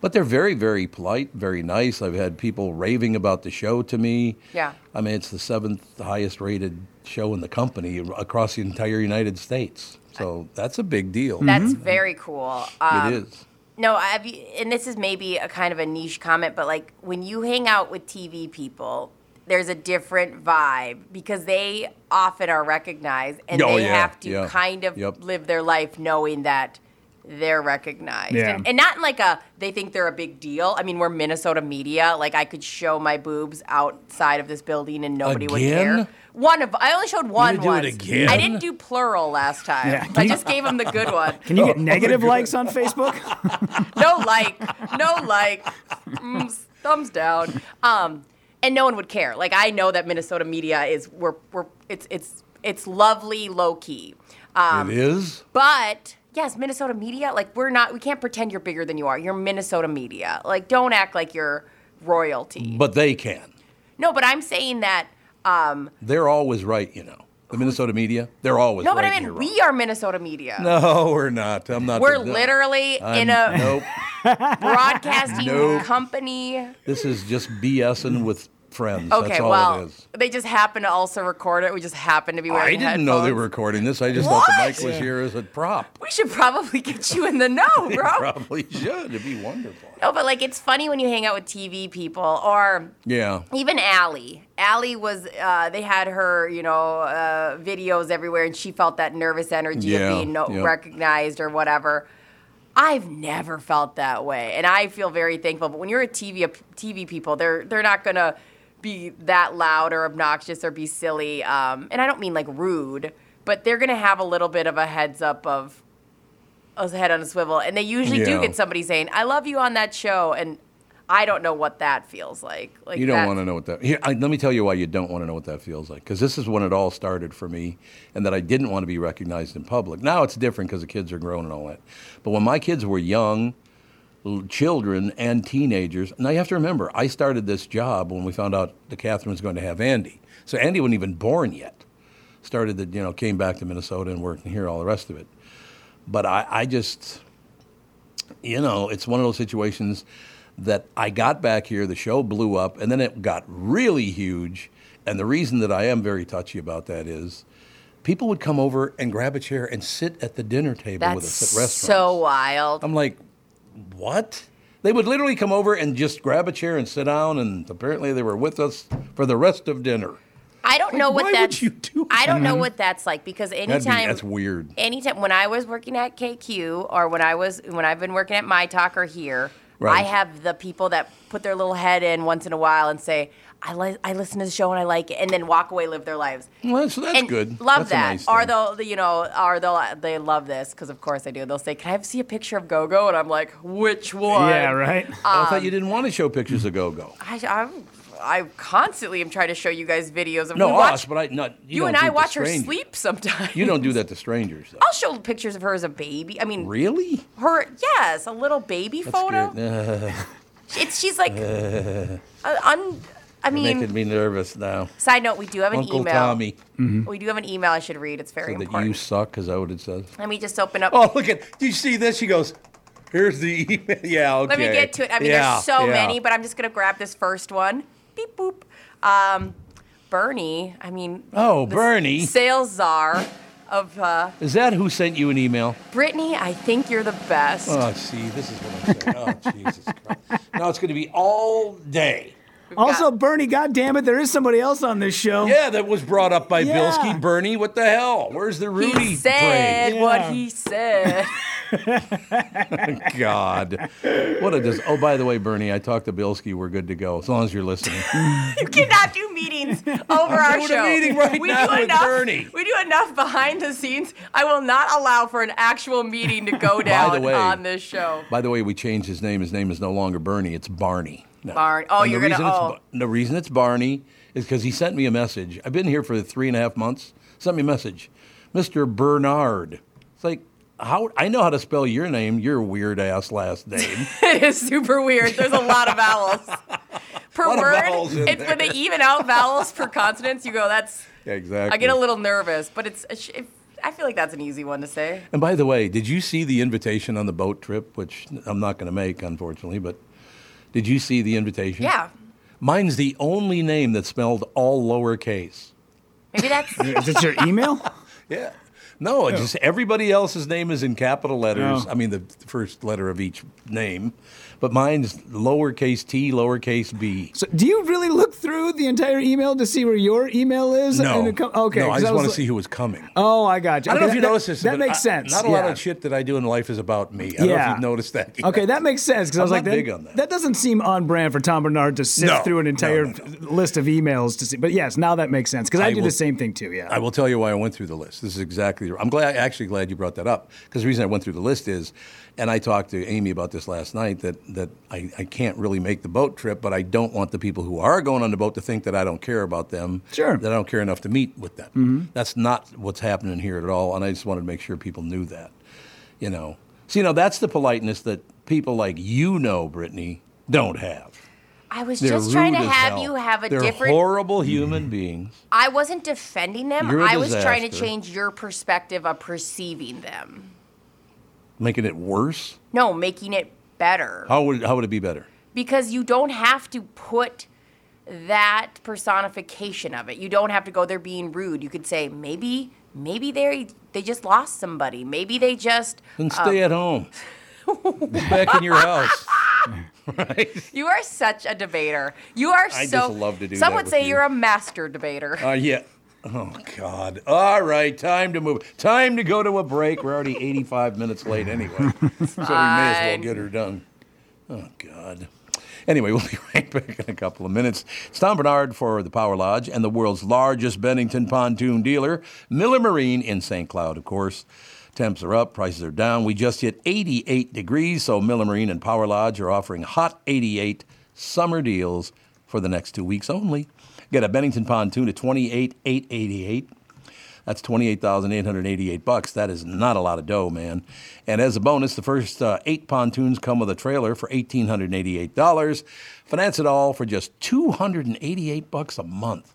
[SPEAKER 2] but they're very, very polite, very nice. I've had people raving about the show to me.
[SPEAKER 3] Yeah.
[SPEAKER 2] I mean, it's the seventh highest rated show in the company across the entire United States. So that's a big deal.
[SPEAKER 3] That's very cool. Um,
[SPEAKER 2] it is.
[SPEAKER 3] No, I've, and this is maybe a kind of a niche comment, but like when you hang out with TV people, there's a different vibe because they often are recognized and
[SPEAKER 2] Oh,
[SPEAKER 3] they
[SPEAKER 2] yeah,
[SPEAKER 3] have to
[SPEAKER 2] yeah.
[SPEAKER 3] kind of
[SPEAKER 2] Yep.
[SPEAKER 3] live their life knowing that they're recognized.
[SPEAKER 4] Yeah.
[SPEAKER 3] And, and not in like a they think they're a big deal. I mean, we're Minnesota media. Like I could show my boobs outside of this building and nobody would
[SPEAKER 2] Again?
[SPEAKER 3] care. One of I only showed one
[SPEAKER 2] do it
[SPEAKER 3] once.
[SPEAKER 2] again?
[SPEAKER 3] I didn't do plural last time.
[SPEAKER 4] Yeah.
[SPEAKER 3] I just gave him the good one.
[SPEAKER 4] Can you get
[SPEAKER 2] Oh,
[SPEAKER 4] negative likes on Facebook?
[SPEAKER 3] no like, no like, mm, thumbs down. Um, and no one would care. Like I know that Minnesota media is we're we're it's it's it's lovely low key, um,
[SPEAKER 2] it is.
[SPEAKER 3] but. Yes, Minnesota media. Like we're not. We can't pretend you're bigger than you are. You're Minnesota media. Like don't act like you're royalty.
[SPEAKER 2] But they can.
[SPEAKER 3] No, but I'm saying that. Um,
[SPEAKER 2] They're always right, you know. The Minnesota media, they're always
[SPEAKER 3] no,
[SPEAKER 2] right.
[SPEAKER 3] but I
[SPEAKER 2] and
[SPEAKER 3] mean
[SPEAKER 2] you're
[SPEAKER 3] we are Minnesota media.
[SPEAKER 2] wrong. No, we're not. I'm not.
[SPEAKER 3] We're
[SPEAKER 2] the- no.
[SPEAKER 3] literally
[SPEAKER 2] I'm-
[SPEAKER 3] in a
[SPEAKER 2] nope.
[SPEAKER 3] broadcasting
[SPEAKER 2] Nope.
[SPEAKER 3] company.
[SPEAKER 2] This is just BSing with friends.
[SPEAKER 3] Okay,
[SPEAKER 2] That's all
[SPEAKER 3] well,
[SPEAKER 2] it is.
[SPEAKER 3] they just happen to also record it. We just happen to be
[SPEAKER 2] I
[SPEAKER 3] wearing
[SPEAKER 2] didn't know they
[SPEAKER 3] headphones.
[SPEAKER 2] were recording this. I just
[SPEAKER 3] What?
[SPEAKER 2] thought the mic was here as a prop.
[SPEAKER 3] We should probably get you in the know, bro.
[SPEAKER 2] Probably should. It'd be wonderful.
[SPEAKER 3] no, but like it's funny when you hang out with TV people or
[SPEAKER 2] Yeah.
[SPEAKER 3] even Allie. Allie was, uh, they had her, you know, uh, videos everywhere and she felt that nervous energy
[SPEAKER 2] Yeah,
[SPEAKER 3] of being no-
[SPEAKER 2] yeah.
[SPEAKER 3] recognized or whatever. I've never felt that way, and I feel very thankful. But when you're a TV a- TV people, they're they're not gonna be that loud or obnoxious or be silly. Um, and I don't mean like rude, but they're gonna have a little bit of a heads up of a head on a swivel, and they usually do
[SPEAKER 2] Yeah.
[SPEAKER 3] get somebody saying, "I love you" on that show, and I don't know what that feels like. Like
[SPEAKER 2] You don't
[SPEAKER 3] that's-
[SPEAKER 2] want to know what that. Here, I, let me tell you why you don't want to know what that feels like. Because this is when it all started for me, and that I didn't want to be recognized in public. Now it's different because the kids are grown and all that. But when my kids were young, l- children and teenagers. Now you have to remember, I started this job when we found out that Catherine was going to have Andy. So Andy wasn't even born yet. Started the, you know, came back to Minnesota and worked here, all the rest of it. But I, I just, you know, it's one of those situations that I got back here, the show blew up, and then it got really huge. And the reason that I am very touchy about that is people would come over and grab a chair and sit at the dinner table with
[SPEAKER 3] That's
[SPEAKER 2] us at restaurants. Um,
[SPEAKER 3] so wild.
[SPEAKER 2] I'm like, what? They would literally come over and just grab a chair and sit down, and apparently they were with us for the rest of dinner.
[SPEAKER 3] I don't know what
[SPEAKER 2] why would
[SPEAKER 3] that's.
[SPEAKER 2] you do
[SPEAKER 3] I don't know what that's like because
[SPEAKER 2] That'd be,
[SPEAKER 3] anytime
[SPEAKER 2] that's weird.
[SPEAKER 3] anytime when I was working at KQ or when I was when I've been working at My Talk or here,
[SPEAKER 2] Right.
[SPEAKER 3] I have the people that put their little head in once in a while and say, "I li- I listen to the show and I like it," and then walk away, live their lives.
[SPEAKER 2] Well, that's, that's
[SPEAKER 3] and
[SPEAKER 2] good.
[SPEAKER 3] Love
[SPEAKER 2] That's a
[SPEAKER 3] that.
[SPEAKER 2] nice
[SPEAKER 3] or
[SPEAKER 2] thing.
[SPEAKER 3] they'll, you know, or they'll they love this because of course they do. They'll say, "Can I see a picture of Gogo?" And I'm like, "Which one?"
[SPEAKER 4] yeah, right?
[SPEAKER 2] I thought
[SPEAKER 3] um,
[SPEAKER 2] you didn't want to show pictures of Go Go.
[SPEAKER 3] I, I'm, I constantly am trying to show you guys videos of
[SPEAKER 2] No,
[SPEAKER 3] we watch,
[SPEAKER 2] us, but I not you,
[SPEAKER 3] you
[SPEAKER 2] don't
[SPEAKER 3] and
[SPEAKER 2] do it
[SPEAKER 3] I
[SPEAKER 2] to
[SPEAKER 3] watch her
[SPEAKER 2] strangers.
[SPEAKER 3] sleep sometimes.
[SPEAKER 2] You don't do that to strangers. Though.
[SPEAKER 3] I'll show pictures of her as a baby. I mean,
[SPEAKER 2] Really?
[SPEAKER 3] her yes, a little baby
[SPEAKER 2] That's
[SPEAKER 3] photo.
[SPEAKER 2] good. Uh,
[SPEAKER 3] It's she's like uh, un. I
[SPEAKER 2] making
[SPEAKER 3] mean,
[SPEAKER 2] me nervous now.
[SPEAKER 3] side note, we do have an
[SPEAKER 2] Uncle
[SPEAKER 3] email.
[SPEAKER 2] Tommy
[SPEAKER 3] We do have an email I should read. It's very
[SPEAKER 2] said that you
[SPEAKER 3] important.
[SPEAKER 2] suck because I would have said.
[SPEAKER 3] Let me just open up.
[SPEAKER 2] Oh, look at! Do you see this? She goes, "Here's the email." Yeah, okay.
[SPEAKER 3] Let me get to it. I mean,
[SPEAKER 2] Yeah,
[SPEAKER 3] there's so
[SPEAKER 2] yeah.
[SPEAKER 3] many, but I'm just gonna grab this first one. Beep boop. Um, Bernie. I mean,
[SPEAKER 2] Oh,
[SPEAKER 3] the s-
[SPEAKER 2] Bernie.
[SPEAKER 3] sales czar of uh,
[SPEAKER 2] Is that who sent you an email?
[SPEAKER 3] Brittany. I think you're the best.
[SPEAKER 2] Oh, see, this is what I'm saying. Oh, Jesus Christ. Now it's going to be all day.
[SPEAKER 4] Also, Bernie, God damn it, there is somebody else on this show.
[SPEAKER 2] Yeah, that was brought up by
[SPEAKER 4] Yeah.
[SPEAKER 2] Bilski. Bernie, what the hell? Where's the
[SPEAKER 3] He
[SPEAKER 2] Rudy
[SPEAKER 3] said
[SPEAKER 4] Yeah.
[SPEAKER 3] what he said.
[SPEAKER 2] parade? God. What a dis- Oh, by the way, Bernie, I talked to Bilski. We're good to go, as long as you're listening.
[SPEAKER 3] you cannot do meetings over our
[SPEAKER 2] doing a
[SPEAKER 3] show.
[SPEAKER 2] meeting right
[SPEAKER 3] we
[SPEAKER 2] now
[SPEAKER 3] do
[SPEAKER 2] with
[SPEAKER 3] enough,
[SPEAKER 2] Bernie.
[SPEAKER 3] We do enough behind the scenes. I will not allow for an actual meeting to go down
[SPEAKER 2] way-
[SPEAKER 3] on this show.
[SPEAKER 2] by the way, we changed his name. His name is no longer Bernie, it's Barney. now.
[SPEAKER 3] Barn- oh,
[SPEAKER 2] And
[SPEAKER 3] you're
[SPEAKER 2] the
[SPEAKER 3] gonna-
[SPEAKER 2] reason it's
[SPEAKER 3] oh.
[SPEAKER 2] Ba- The reason it's Barney is because he sent me a message. I've been here for three and a half months. Sent me a message, Mister Bernard. It's like how I know how to spell your name. Your weird ass last name.
[SPEAKER 3] It is super weird. There's a lot of vowels. Per
[SPEAKER 2] Lot of
[SPEAKER 3] word,
[SPEAKER 2] vowels in
[SPEAKER 3] it's when they even out vowels per consonants, you go, that's.
[SPEAKER 2] exactly.
[SPEAKER 3] I get a little nervous, but it's. it's it, I feel like that's an easy one to say.
[SPEAKER 2] And by the way, did you see the invitation on the boat trip, which I'm not going to make, unfortunately, but did you see the invitation?
[SPEAKER 3] Yeah.
[SPEAKER 2] Mine's the only name that's spelled all lowercase.
[SPEAKER 3] Maybe that's.
[SPEAKER 4] Is it your email?
[SPEAKER 2] Yeah. No, it just everybody else's name is in capital letters.
[SPEAKER 4] Yeah.
[SPEAKER 2] I mean, the first letter of each name, but mine's lowercase t, lowercase b.
[SPEAKER 4] So, do you really look through the entire email to see where your email is?
[SPEAKER 2] No.
[SPEAKER 4] And it com- okay.
[SPEAKER 2] No, I
[SPEAKER 4] 'cause
[SPEAKER 2] just
[SPEAKER 4] was
[SPEAKER 2] want to
[SPEAKER 4] like-
[SPEAKER 2] see who was coming.
[SPEAKER 4] Oh, I got you.
[SPEAKER 2] I don't know
[SPEAKER 4] Okay,
[SPEAKER 2] if you
[SPEAKER 4] that,
[SPEAKER 2] noticed this.
[SPEAKER 4] That
[SPEAKER 2] but
[SPEAKER 4] makes
[SPEAKER 2] I-
[SPEAKER 4] sense.
[SPEAKER 2] Not a lot
[SPEAKER 4] yeah.
[SPEAKER 2] of shit that I do in life is about me. I don't know if
[SPEAKER 4] Yeah.
[SPEAKER 2] you've noticed that. yet.
[SPEAKER 4] Okay, that makes sense because I was
[SPEAKER 2] I'm
[SPEAKER 4] like,
[SPEAKER 2] not
[SPEAKER 4] that,
[SPEAKER 2] big on that.
[SPEAKER 4] doesn't seem on brand for Tom Bernard to sift
[SPEAKER 2] No,
[SPEAKER 4] through an
[SPEAKER 2] no,
[SPEAKER 4] entire
[SPEAKER 2] no,
[SPEAKER 4] list of emails to see. But yes, now that makes sense because I,
[SPEAKER 2] I
[SPEAKER 4] do
[SPEAKER 2] will-
[SPEAKER 4] the same thing too. Yeah.
[SPEAKER 2] I will tell you why I went through the list. This is exactly. I'm glad, actually, glad you brought that up because the reason I went through the list is, and I talked to Amy about this last night that that I, I can't really make the boat trip, but I don't want the people who are going on the boat to think that I don't care about them.
[SPEAKER 4] Sure.
[SPEAKER 2] That I don't care enough to meet with them. That's not what's happening here at all, and I just wanted to make sure people knew that. You know, see, now that's the politeness that people like you know, Brittany, don't have.
[SPEAKER 3] I was
[SPEAKER 2] They're
[SPEAKER 3] just trying to
[SPEAKER 2] rude as
[SPEAKER 3] have
[SPEAKER 2] hell.
[SPEAKER 3] you have a
[SPEAKER 2] They're
[SPEAKER 3] different.
[SPEAKER 2] horrible human beings.
[SPEAKER 3] I wasn't defending them.
[SPEAKER 2] You're a
[SPEAKER 3] I was trying to
[SPEAKER 2] disaster.
[SPEAKER 3] change your perspective of perceiving them.
[SPEAKER 2] Making it worse?
[SPEAKER 3] No, making it better.
[SPEAKER 2] How would how would it be better?
[SPEAKER 3] because you don't have to put that personification of it. You don't have to go there being rude. You could say maybe maybe they they just lost somebody. Maybe they just
[SPEAKER 2] Then stay at home. Be Um. back in your house.
[SPEAKER 3] You are such a debater. You are
[SPEAKER 2] I
[SPEAKER 3] so
[SPEAKER 2] just love to do
[SPEAKER 3] Some
[SPEAKER 2] that
[SPEAKER 3] would
[SPEAKER 2] with
[SPEAKER 3] say
[SPEAKER 2] you.
[SPEAKER 3] are a master debater.
[SPEAKER 2] Uh, yeah. Oh God. All right, time to move. Time to go to a break. We're already 85 minutes late anyway, so we may as well
[SPEAKER 3] Fine.
[SPEAKER 2] get her done. Oh God. Anyway, we'll be right back in a couple of minutes. It's Tom Bernard for the Power Lodge and the world's largest Bennington pontoon dealer, Miller Marine in St. Cloud, of course. Temps are up, prices are down. We just hit 88 degrees, so Miller Marine and Power Lodge are offering hot 88 summer deals for the next two weeks only. Get a Bennington pontoon at 28,888. That's twenty-eight thousand eight hundred eighty-eight bucks. That is not a lot of dough, man. And as a bonus, the first uh, eight pontoons come with a trailer for eighteen hundred eighty-eight dollars. Finance it all for just two hundred and eighty-eight bucks a month.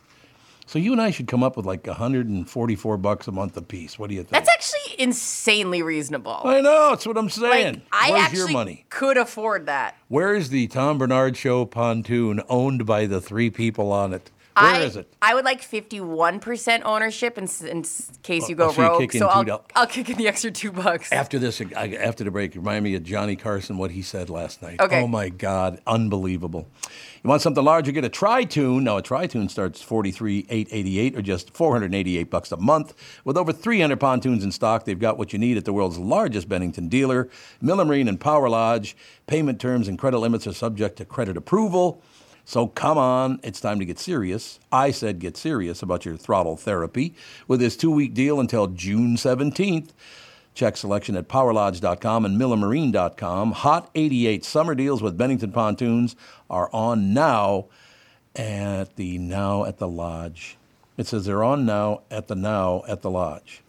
[SPEAKER 2] So you and I should come up with like hundred and forty-four bucks a month apiece. What do you think?
[SPEAKER 3] That's actually insanely reasonable.
[SPEAKER 2] I know. That's what I'm saying.
[SPEAKER 3] like I
[SPEAKER 2] Where's
[SPEAKER 3] actually
[SPEAKER 2] your money?
[SPEAKER 3] could afford that.
[SPEAKER 2] Where is the Tom Bernard Show pontoon owned by the three people on it? Where is
[SPEAKER 3] I,
[SPEAKER 2] it?
[SPEAKER 3] I would like 51% ownership in, s- in s- case you
[SPEAKER 2] Oh,
[SPEAKER 3] go
[SPEAKER 2] so you
[SPEAKER 3] rogue.
[SPEAKER 2] kick in
[SPEAKER 3] so
[SPEAKER 2] two
[SPEAKER 3] I'll,
[SPEAKER 2] doll-
[SPEAKER 3] I'll kick in the extra two bucks.
[SPEAKER 2] After this, I- after the break, remind me of Johnny Carson, what he said last night.
[SPEAKER 3] Okay.
[SPEAKER 2] Oh my God, unbelievable! You want something larger? Get a Tritune. Now a Tritune starts forty three eight eighty eight, or just four hundred eighty eight bucks a month. With over three hundred pontoons in stock, they've got what you need at the world's largest Bennington dealer, Miller Marine and Power Lodge. Payment terms and credit limits are subject to credit approval. So come on, it's time to get serious. I said get serious about your throttle therapy with this two week deal until June 17th. Check selection at powerlodge.com and millimarine.com. Hot 88 summer deals with Bennington Pontoons are on now at the Now at the Lodge. It says they're on now at the Now at the Lodge.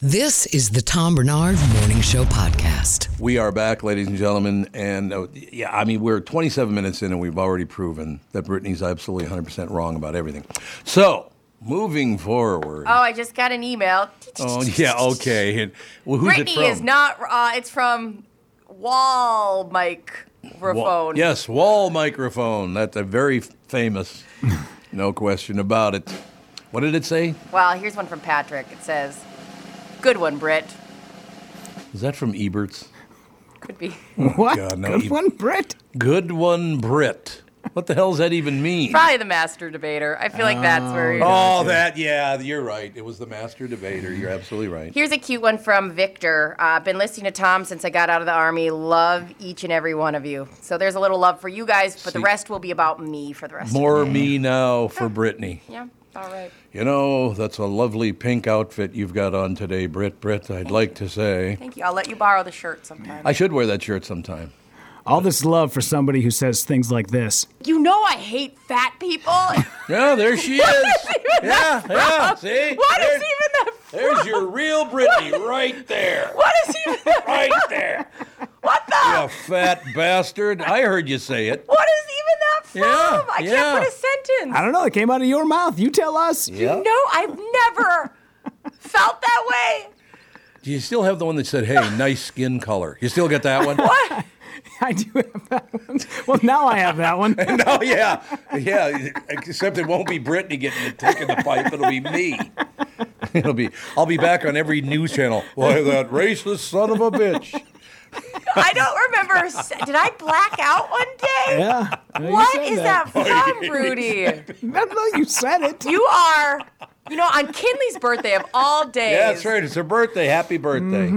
[SPEAKER 1] This is the Tom Bernard Morning Show podcast.
[SPEAKER 2] We are back, ladies and gentlemen. And uh, yeah, I mean, we're 27 minutes in and we've already proven that Brittany's absolutely 100% wrong about everything. So, moving forward.
[SPEAKER 3] Oh, I just got an email.
[SPEAKER 2] Oh, yeah, okay. And, well, who's it
[SPEAKER 3] Brittany
[SPEAKER 2] from?
[SPEAKER 3] is not. Uh, it's from Wall Microphone.
[SPEAKER 2] Wall- yes, wall microphone. That's a very famous, no question about it. What did it say?
[SPEAKER 3] Well, here's one from Patrick. It says, "Good one, Britt."
[SPEAKER 2] Is that from Ebert's?
[SPEAKER 3] Could be
[SPEAKER 4] What?
[SPEAKER 2] God, no,
[SPEAKER 4] Good
[SPEAKER 2] you-
[SPEAKER 4] one, Brett.
[SPEAKER 2] Good one, Brit. What the hell does that even mean?
[SPEAKER 3] probably the master debater. I feel like that's where. You're
[SPEAKER 2] Oh, that, yeah, you're right. It was the master debater. You're absolutely right.
[SPEAKER 3] Here's a cute one from Victor. Uh, been listening to Tom since I got out of the army. Love each and every one of you. So there's a little love for you guys, but the
[SPEAKER 2] See.
[SPEAKER 3] rest will be about me for the rest.
[SPEAKER 2] More me now for Brittany.
[SPEAKER 3] Of yeah, all right.
[SPEAKER 2] You know, that's a lovely pink outfit you've got on today, Britt. Britt, I'd like to say.
[SPEAKER 3] Thank you. I'll let you borrow the shirt sometime.
[SPEAKER 2] I should wear that shirt sometime.
[SPEAKER 4] All this love for somebody who says things like this.
[SPEAKER 3] you know I hate fat people. what
[SPEAKER 2] Yeah, there she is. yeah, yeah, see?
[SPEAKER 3] is
[SPEAKER 2] There-
[SPEAKER 3] even that?
[SPEAKER 2] There's your real Brittany right there.
[SPEAKER 3] What is even that?
[SPEAKER 2] Right there.
[SPEAKER 3] What the?
[SPEAKER 2] You fat bastard. I heard you say it.
[SPEAKER 3] What is even that
[SPEAKER 2] Yeah,
[SPEAKER 3] from? I
[SPEAKER 2] yeah.
[SPEAKER 3] can't put a sentence.
[SPEAKER 4] I don't know. It came out of your mouth. You tell us.
[SPEAKER 2] Yeah.
[SPEAKER 3] No, I've never felt that way.
[SPEAKER 2] Do you still have the one that said, hey, nice skin color? You still got that one? What?
[SPEAKER 4] I do have that one. Well, now I have that one.
[SPEAKER 2] No, Oh, yeah. Yeah, except it won't be Brittany getting the tick in the pipe. It'll be me. It'll be, I'll be back on every news channel. Why, that racist son of a bitch.
[SPEAKER 3] I don't remember. a se- Did I black out one day?
[SPEAKER 4] Yeah. No, you
[SPEAKER 3] What
[SPEAKER 4] said
[SPEAKER 3] is that from, Rudy?
[SPEAKER 4] No, no, you said it.
[SPEAKER 3] You are, you know, on Kinley's birthday of all days.
[SPEAKER 2] Yeah, that's right. It's her birthday. Happy birthday.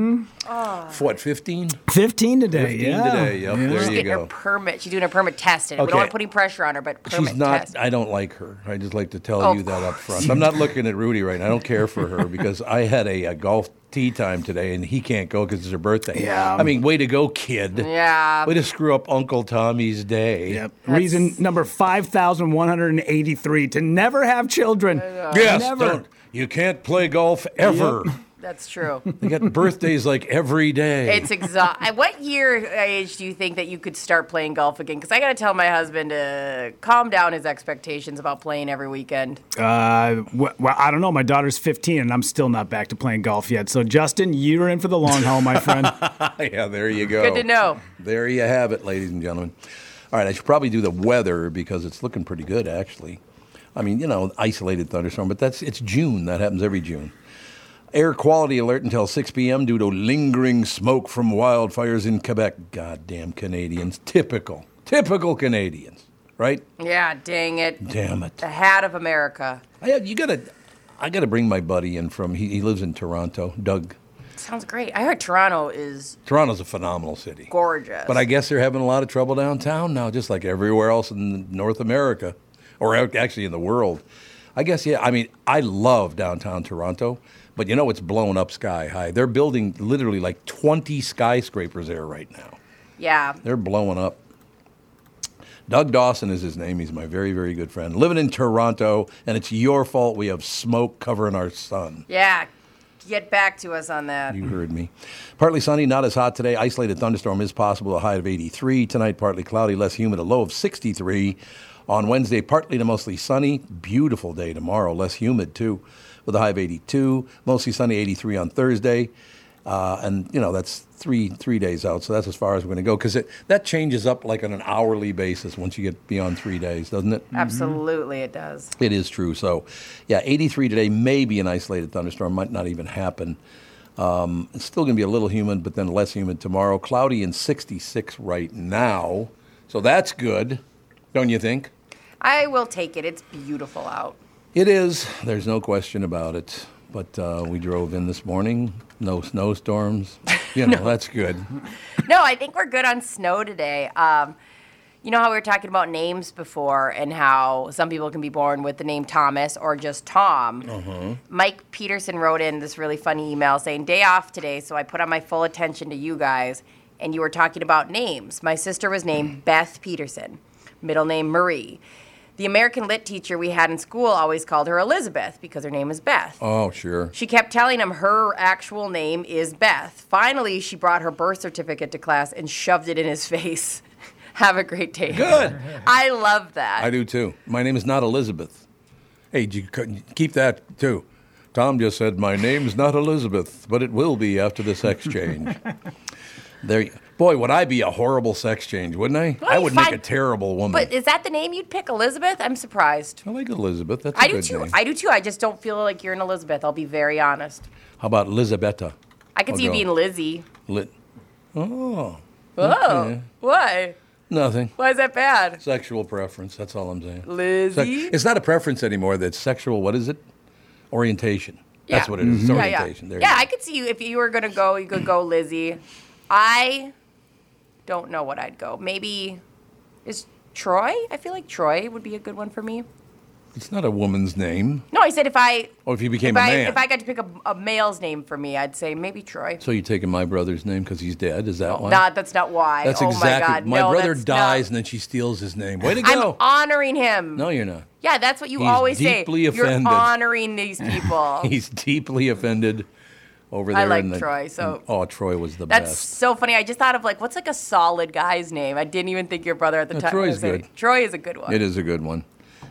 [SPEAKER 2] For What, 15?
[SPEAKER 4] 15 today.
[SPEAKER 2] 15
[SPEAKER 4] yeah.
[SPEAKER 2] today. Yep, there
[SPEAKER 3] Mm-hmm. She's
[SPEAKER 2] you
[SPEAKER 3] getting her
[SPEAKER 2] go.
[SPEAKER 3] permit. She's doing her permit test. And We
[SPEAKER 2] Okay.
[SPEAKER 3] don't want to put any pressure on her, but permit
[SPEAKER 2] She's not.
[SPEAKER 3] test. Oh,
[SPEAKER 2] I don't like her. I just like to tell
[SPEAKER 3] Of
[SPEAKER 2] you that up front. I'm not looking at Rudy right now. I don't care for her because I had a, a golf tee time today and he can't go because it's her birthday.
[SPEAKER 4] Yeah.
[SPEAKER 2] I mean, way to go, kid.
[SPEAKER 3] Yeah.
[SPEAKER 2] Way to screw up Uncle Tommy's day.
[SPEAKER 4] Yep. Reason number 5,183 to never have children.
[SPEAKER 3] Uh,
[SPEAKER 2] Yes.
[SPEAKER 4] Never.
[SPEAKER 2] Don't. You can't play golf ever.
[SPEAKER 3] That's true.
[SPEAKER 2] They got birthdays like every day.
[SPEAKER 3] It's exhausting. what year uh, age do you think that you could start playing golf again? Because I got to tell my husband to calm down his expectations about playing every weekend.
[SPEAKER 4] Uh, wh- well, I don't know. My daughter's 15 and I'm still not back to playing golf yet. So, Justin, you're in for the long haul, my friend.
[SPEAKER 2] yeah, there you go.
[SPEAKER 3] Good to know.
[SPEAKER 2] There you have it, ladies and gentlemen. All right, I should probably do the weather because it's looking pretty good, actually. I mean, you know, isolated thunderstorm, but that's it's June. That happens every June. Air quality alert until 6 p.m. due to lingering smoke from wildfires in Quebec. Goddamn Canadians. Typical. Typical Canadians, right?
[SPEAKER 3] Yeah, dang it.
[SPEAKER 2] Damn it.
[SPEAKER 3] The hat of America.
[SPEAKER 2] I, you got to. I got to bring my buddy in from. He, he lives in Toronto. Doug.
[SPEAKER 3] Sounds great. I heard Toronto is
[SPEAKER 2] Toronto's a phenomenal city.
[SPEAKER 3] gorgeous.
[SPEAKER 2] But I guess they're having a lot of trouble downtown now, just like everywhere else in North America, or ac- actually in the world. I guess, yeah, I mean, I love downtown Toronto, but you know, it's blown up sky high. They're building literally like 20 skyscrapers there right now.
[SPEAKER 3] yeah.
[SPEAKER 2] They're blowing up. Doug Dawson is his name. He's my very, very good friend. Living in Toronto, and it's your fault we have smoke covering our sun.
[SPEAKER 3] Yeah. Get back to us on that.
[SPEAKER 2] You heard me. Partly sunny, not as hot today. Isolated thunderstorm is possible, a high of 83. Tonight, partly cloudy, less humid, a low of 63. On Wednesday, partly to mostly sunny. Beautiful day tomorrow, less humid too, with a high of 82. Mostly sunny, 83 on Thursday. Uh, and, you know, that's three three days out, so that's as far as we're going to go because that changes up like on an hourly basis once you get beyond three days, doesn't it?
[SPEAKER 3] Absolutely, it does.
[SPEAKER 2] It is true. So, yeah, 83 today may be an isolated thunderstorm, might not even happen. Um, it's still going to be a little humid, but then less humid tomorrow. Cloudy and 66 right now. So that's good, don't you think?
[SPEAKER 3] I will take it. It's beautiful out.
[SPEAKER 2] It is. There's no question about it. But uh, we drove in this morning. No snowstorms. You know, that's good.
[SPEAKER 3] no, I think we're good on snow today. Um, you know how we were talking about names before and how some people can be born with the name Thomas or just Tom. Mike Peterson wrote in this really funny email saying, Day off today, so I put on my full attention to you guys, and you were talking about names. My sister was named Beth Peterson, middle name Marie. The American lit teacher we had in school always called her Elizabeth because her name is Beth.
[SPEAKER 2] Oh, sure.
[SPEAKER 3] She kept telling him her actual name is Beth. Finally, she brought her birth certificate to class and shoved it in his face. Have a great day.
[SPEAKER 2] Good.
[SPEAKER 3] I love that.
[SPEAKER 2] I do too. My name is not Elizabeth. Hey, you c- keep that too. Tom just said my name's not Elizabeth, but it will be after this sex change. there, you- boy, would I be a horrible sex change, wouldn't I?
[SPEAKER 3] Well,
[SPEAKER 2] I
[SPEAKER 3] you
[SPEAKER 2] would make a
[SPEAKER 3] find-
[SPEAKER 2] terrible woman.
[SPEAKER 3] But is that the name you'd pick, Elizabeth? I'm surprised.
[SPEAKER 2] I like Elizabeth. That's a
[SPEAKER 3] I do
[SPEAKER 2] good
[SPEAKER 3] too.
[SPEAKER 2] name.
[SPEAKER 3] I do too. I just don't feel like you're an Elizabeth. I'll be very honest.
[SPEAKER 2] How about Elizabetta?
[SPEAKER 3] I could
[SPEAKER 2] I'll
[SPEAKER 3] see you
[SPEAKER 2] go.
[SPEAKER 3] being Lizzie.
[SPEAKER 2] Lit. Oh,
[SPEAKER 3] Oh,
[SPEAKER 2] Okay.
[SPEAKER 3] why?
[SPEAKER 2] nothing.
[SPEAKER 3] Why is that bad?
[SPEAKER 2] Sexual preference. That's all I'm saying. Sex-
[SPEAKER 3] Lizzie?
[SPEAKER 2] it's not a preference anymore. That's sexual. What is it? Orientation. That's
[SPEAKER 3] Yeah. Mm-hmm.
[SPEAKER 2] what it is. It's
[SPEAKER 3] Yeah, yeah.
[SPEAKER 2] orientation. There you
[SPEAKER 3] yeah,
[SPEAKER 2] go.
[SPEAKER 3] I could see you if you were gonna go, you could go Lizzie. I don't know what I'd go. Maybe is Troy? I feel like Troy would be a good one for me.
[SPEAKER 2] It's not a woman's name.
[SPEAKER 3] No, I said if I
[SPEAKER 2] Or if you became
[SPEAKER 3] if
[SPEAKER 2] a
[SPEAKER 3] I,
[SPEAKER 2] man.
[SPEAKER 3] if I got to pick a, a male's name for me, I'd say maybe Troy.
[SPEAKER 2] So you're taking my brother's name because he's dead? Is that why?
[SPEAKER 3] Oh, Not that's not why.
[SPEAKER 2] That's
[SPEAKER 3] oh
[SPEAKER 2] exactly.
[SPEAKER 3] my god. no,
[SPEAKER 2] brother
[SPEAKER 3] that's
[SPEAKER 2] dies and
[SPEAKER 3] Not.
[SPEAKER 2] then she steals his name. Way to
[SPEAKER 3] I'm
[SPEAKER 2] go!
[SPEAKER 3] honoring him.
[SPEAKER 2] no, you're not.
[SPEAKER 3] Yeah, that's what you
[SPEAKER 2] He's
[SPEAKER 3] always
[SPEAKER 2] deeply
[SPEAKER 3] say.
[SPEAKER 2] offended.
[SPEAKER 3] You're honoring these people.
[SPEAKER 2] He's deeply offended over there.
[SPEAKER 3] I like
[SPEAKER 2] in the,
[SPEAKER 3] Troy, so-
[SPEAKER 2] oh, Troy was the
[SPEAKER 3] That's
[SPEAKER 2] best.
[SPEAKER 3] so funny. I just thought of like, what's like a solid guy's name? I didn't even think your brother at the
[SPEAKER 2] No,
[SPEAKER 3] time.
[SPEAKER 2] Troy's
[SPEAKER 3] I said,
[SPEAKER 2] good.
[SPEAKER 3] Troy is a good one.
[SPEAKER 2] It is a good one,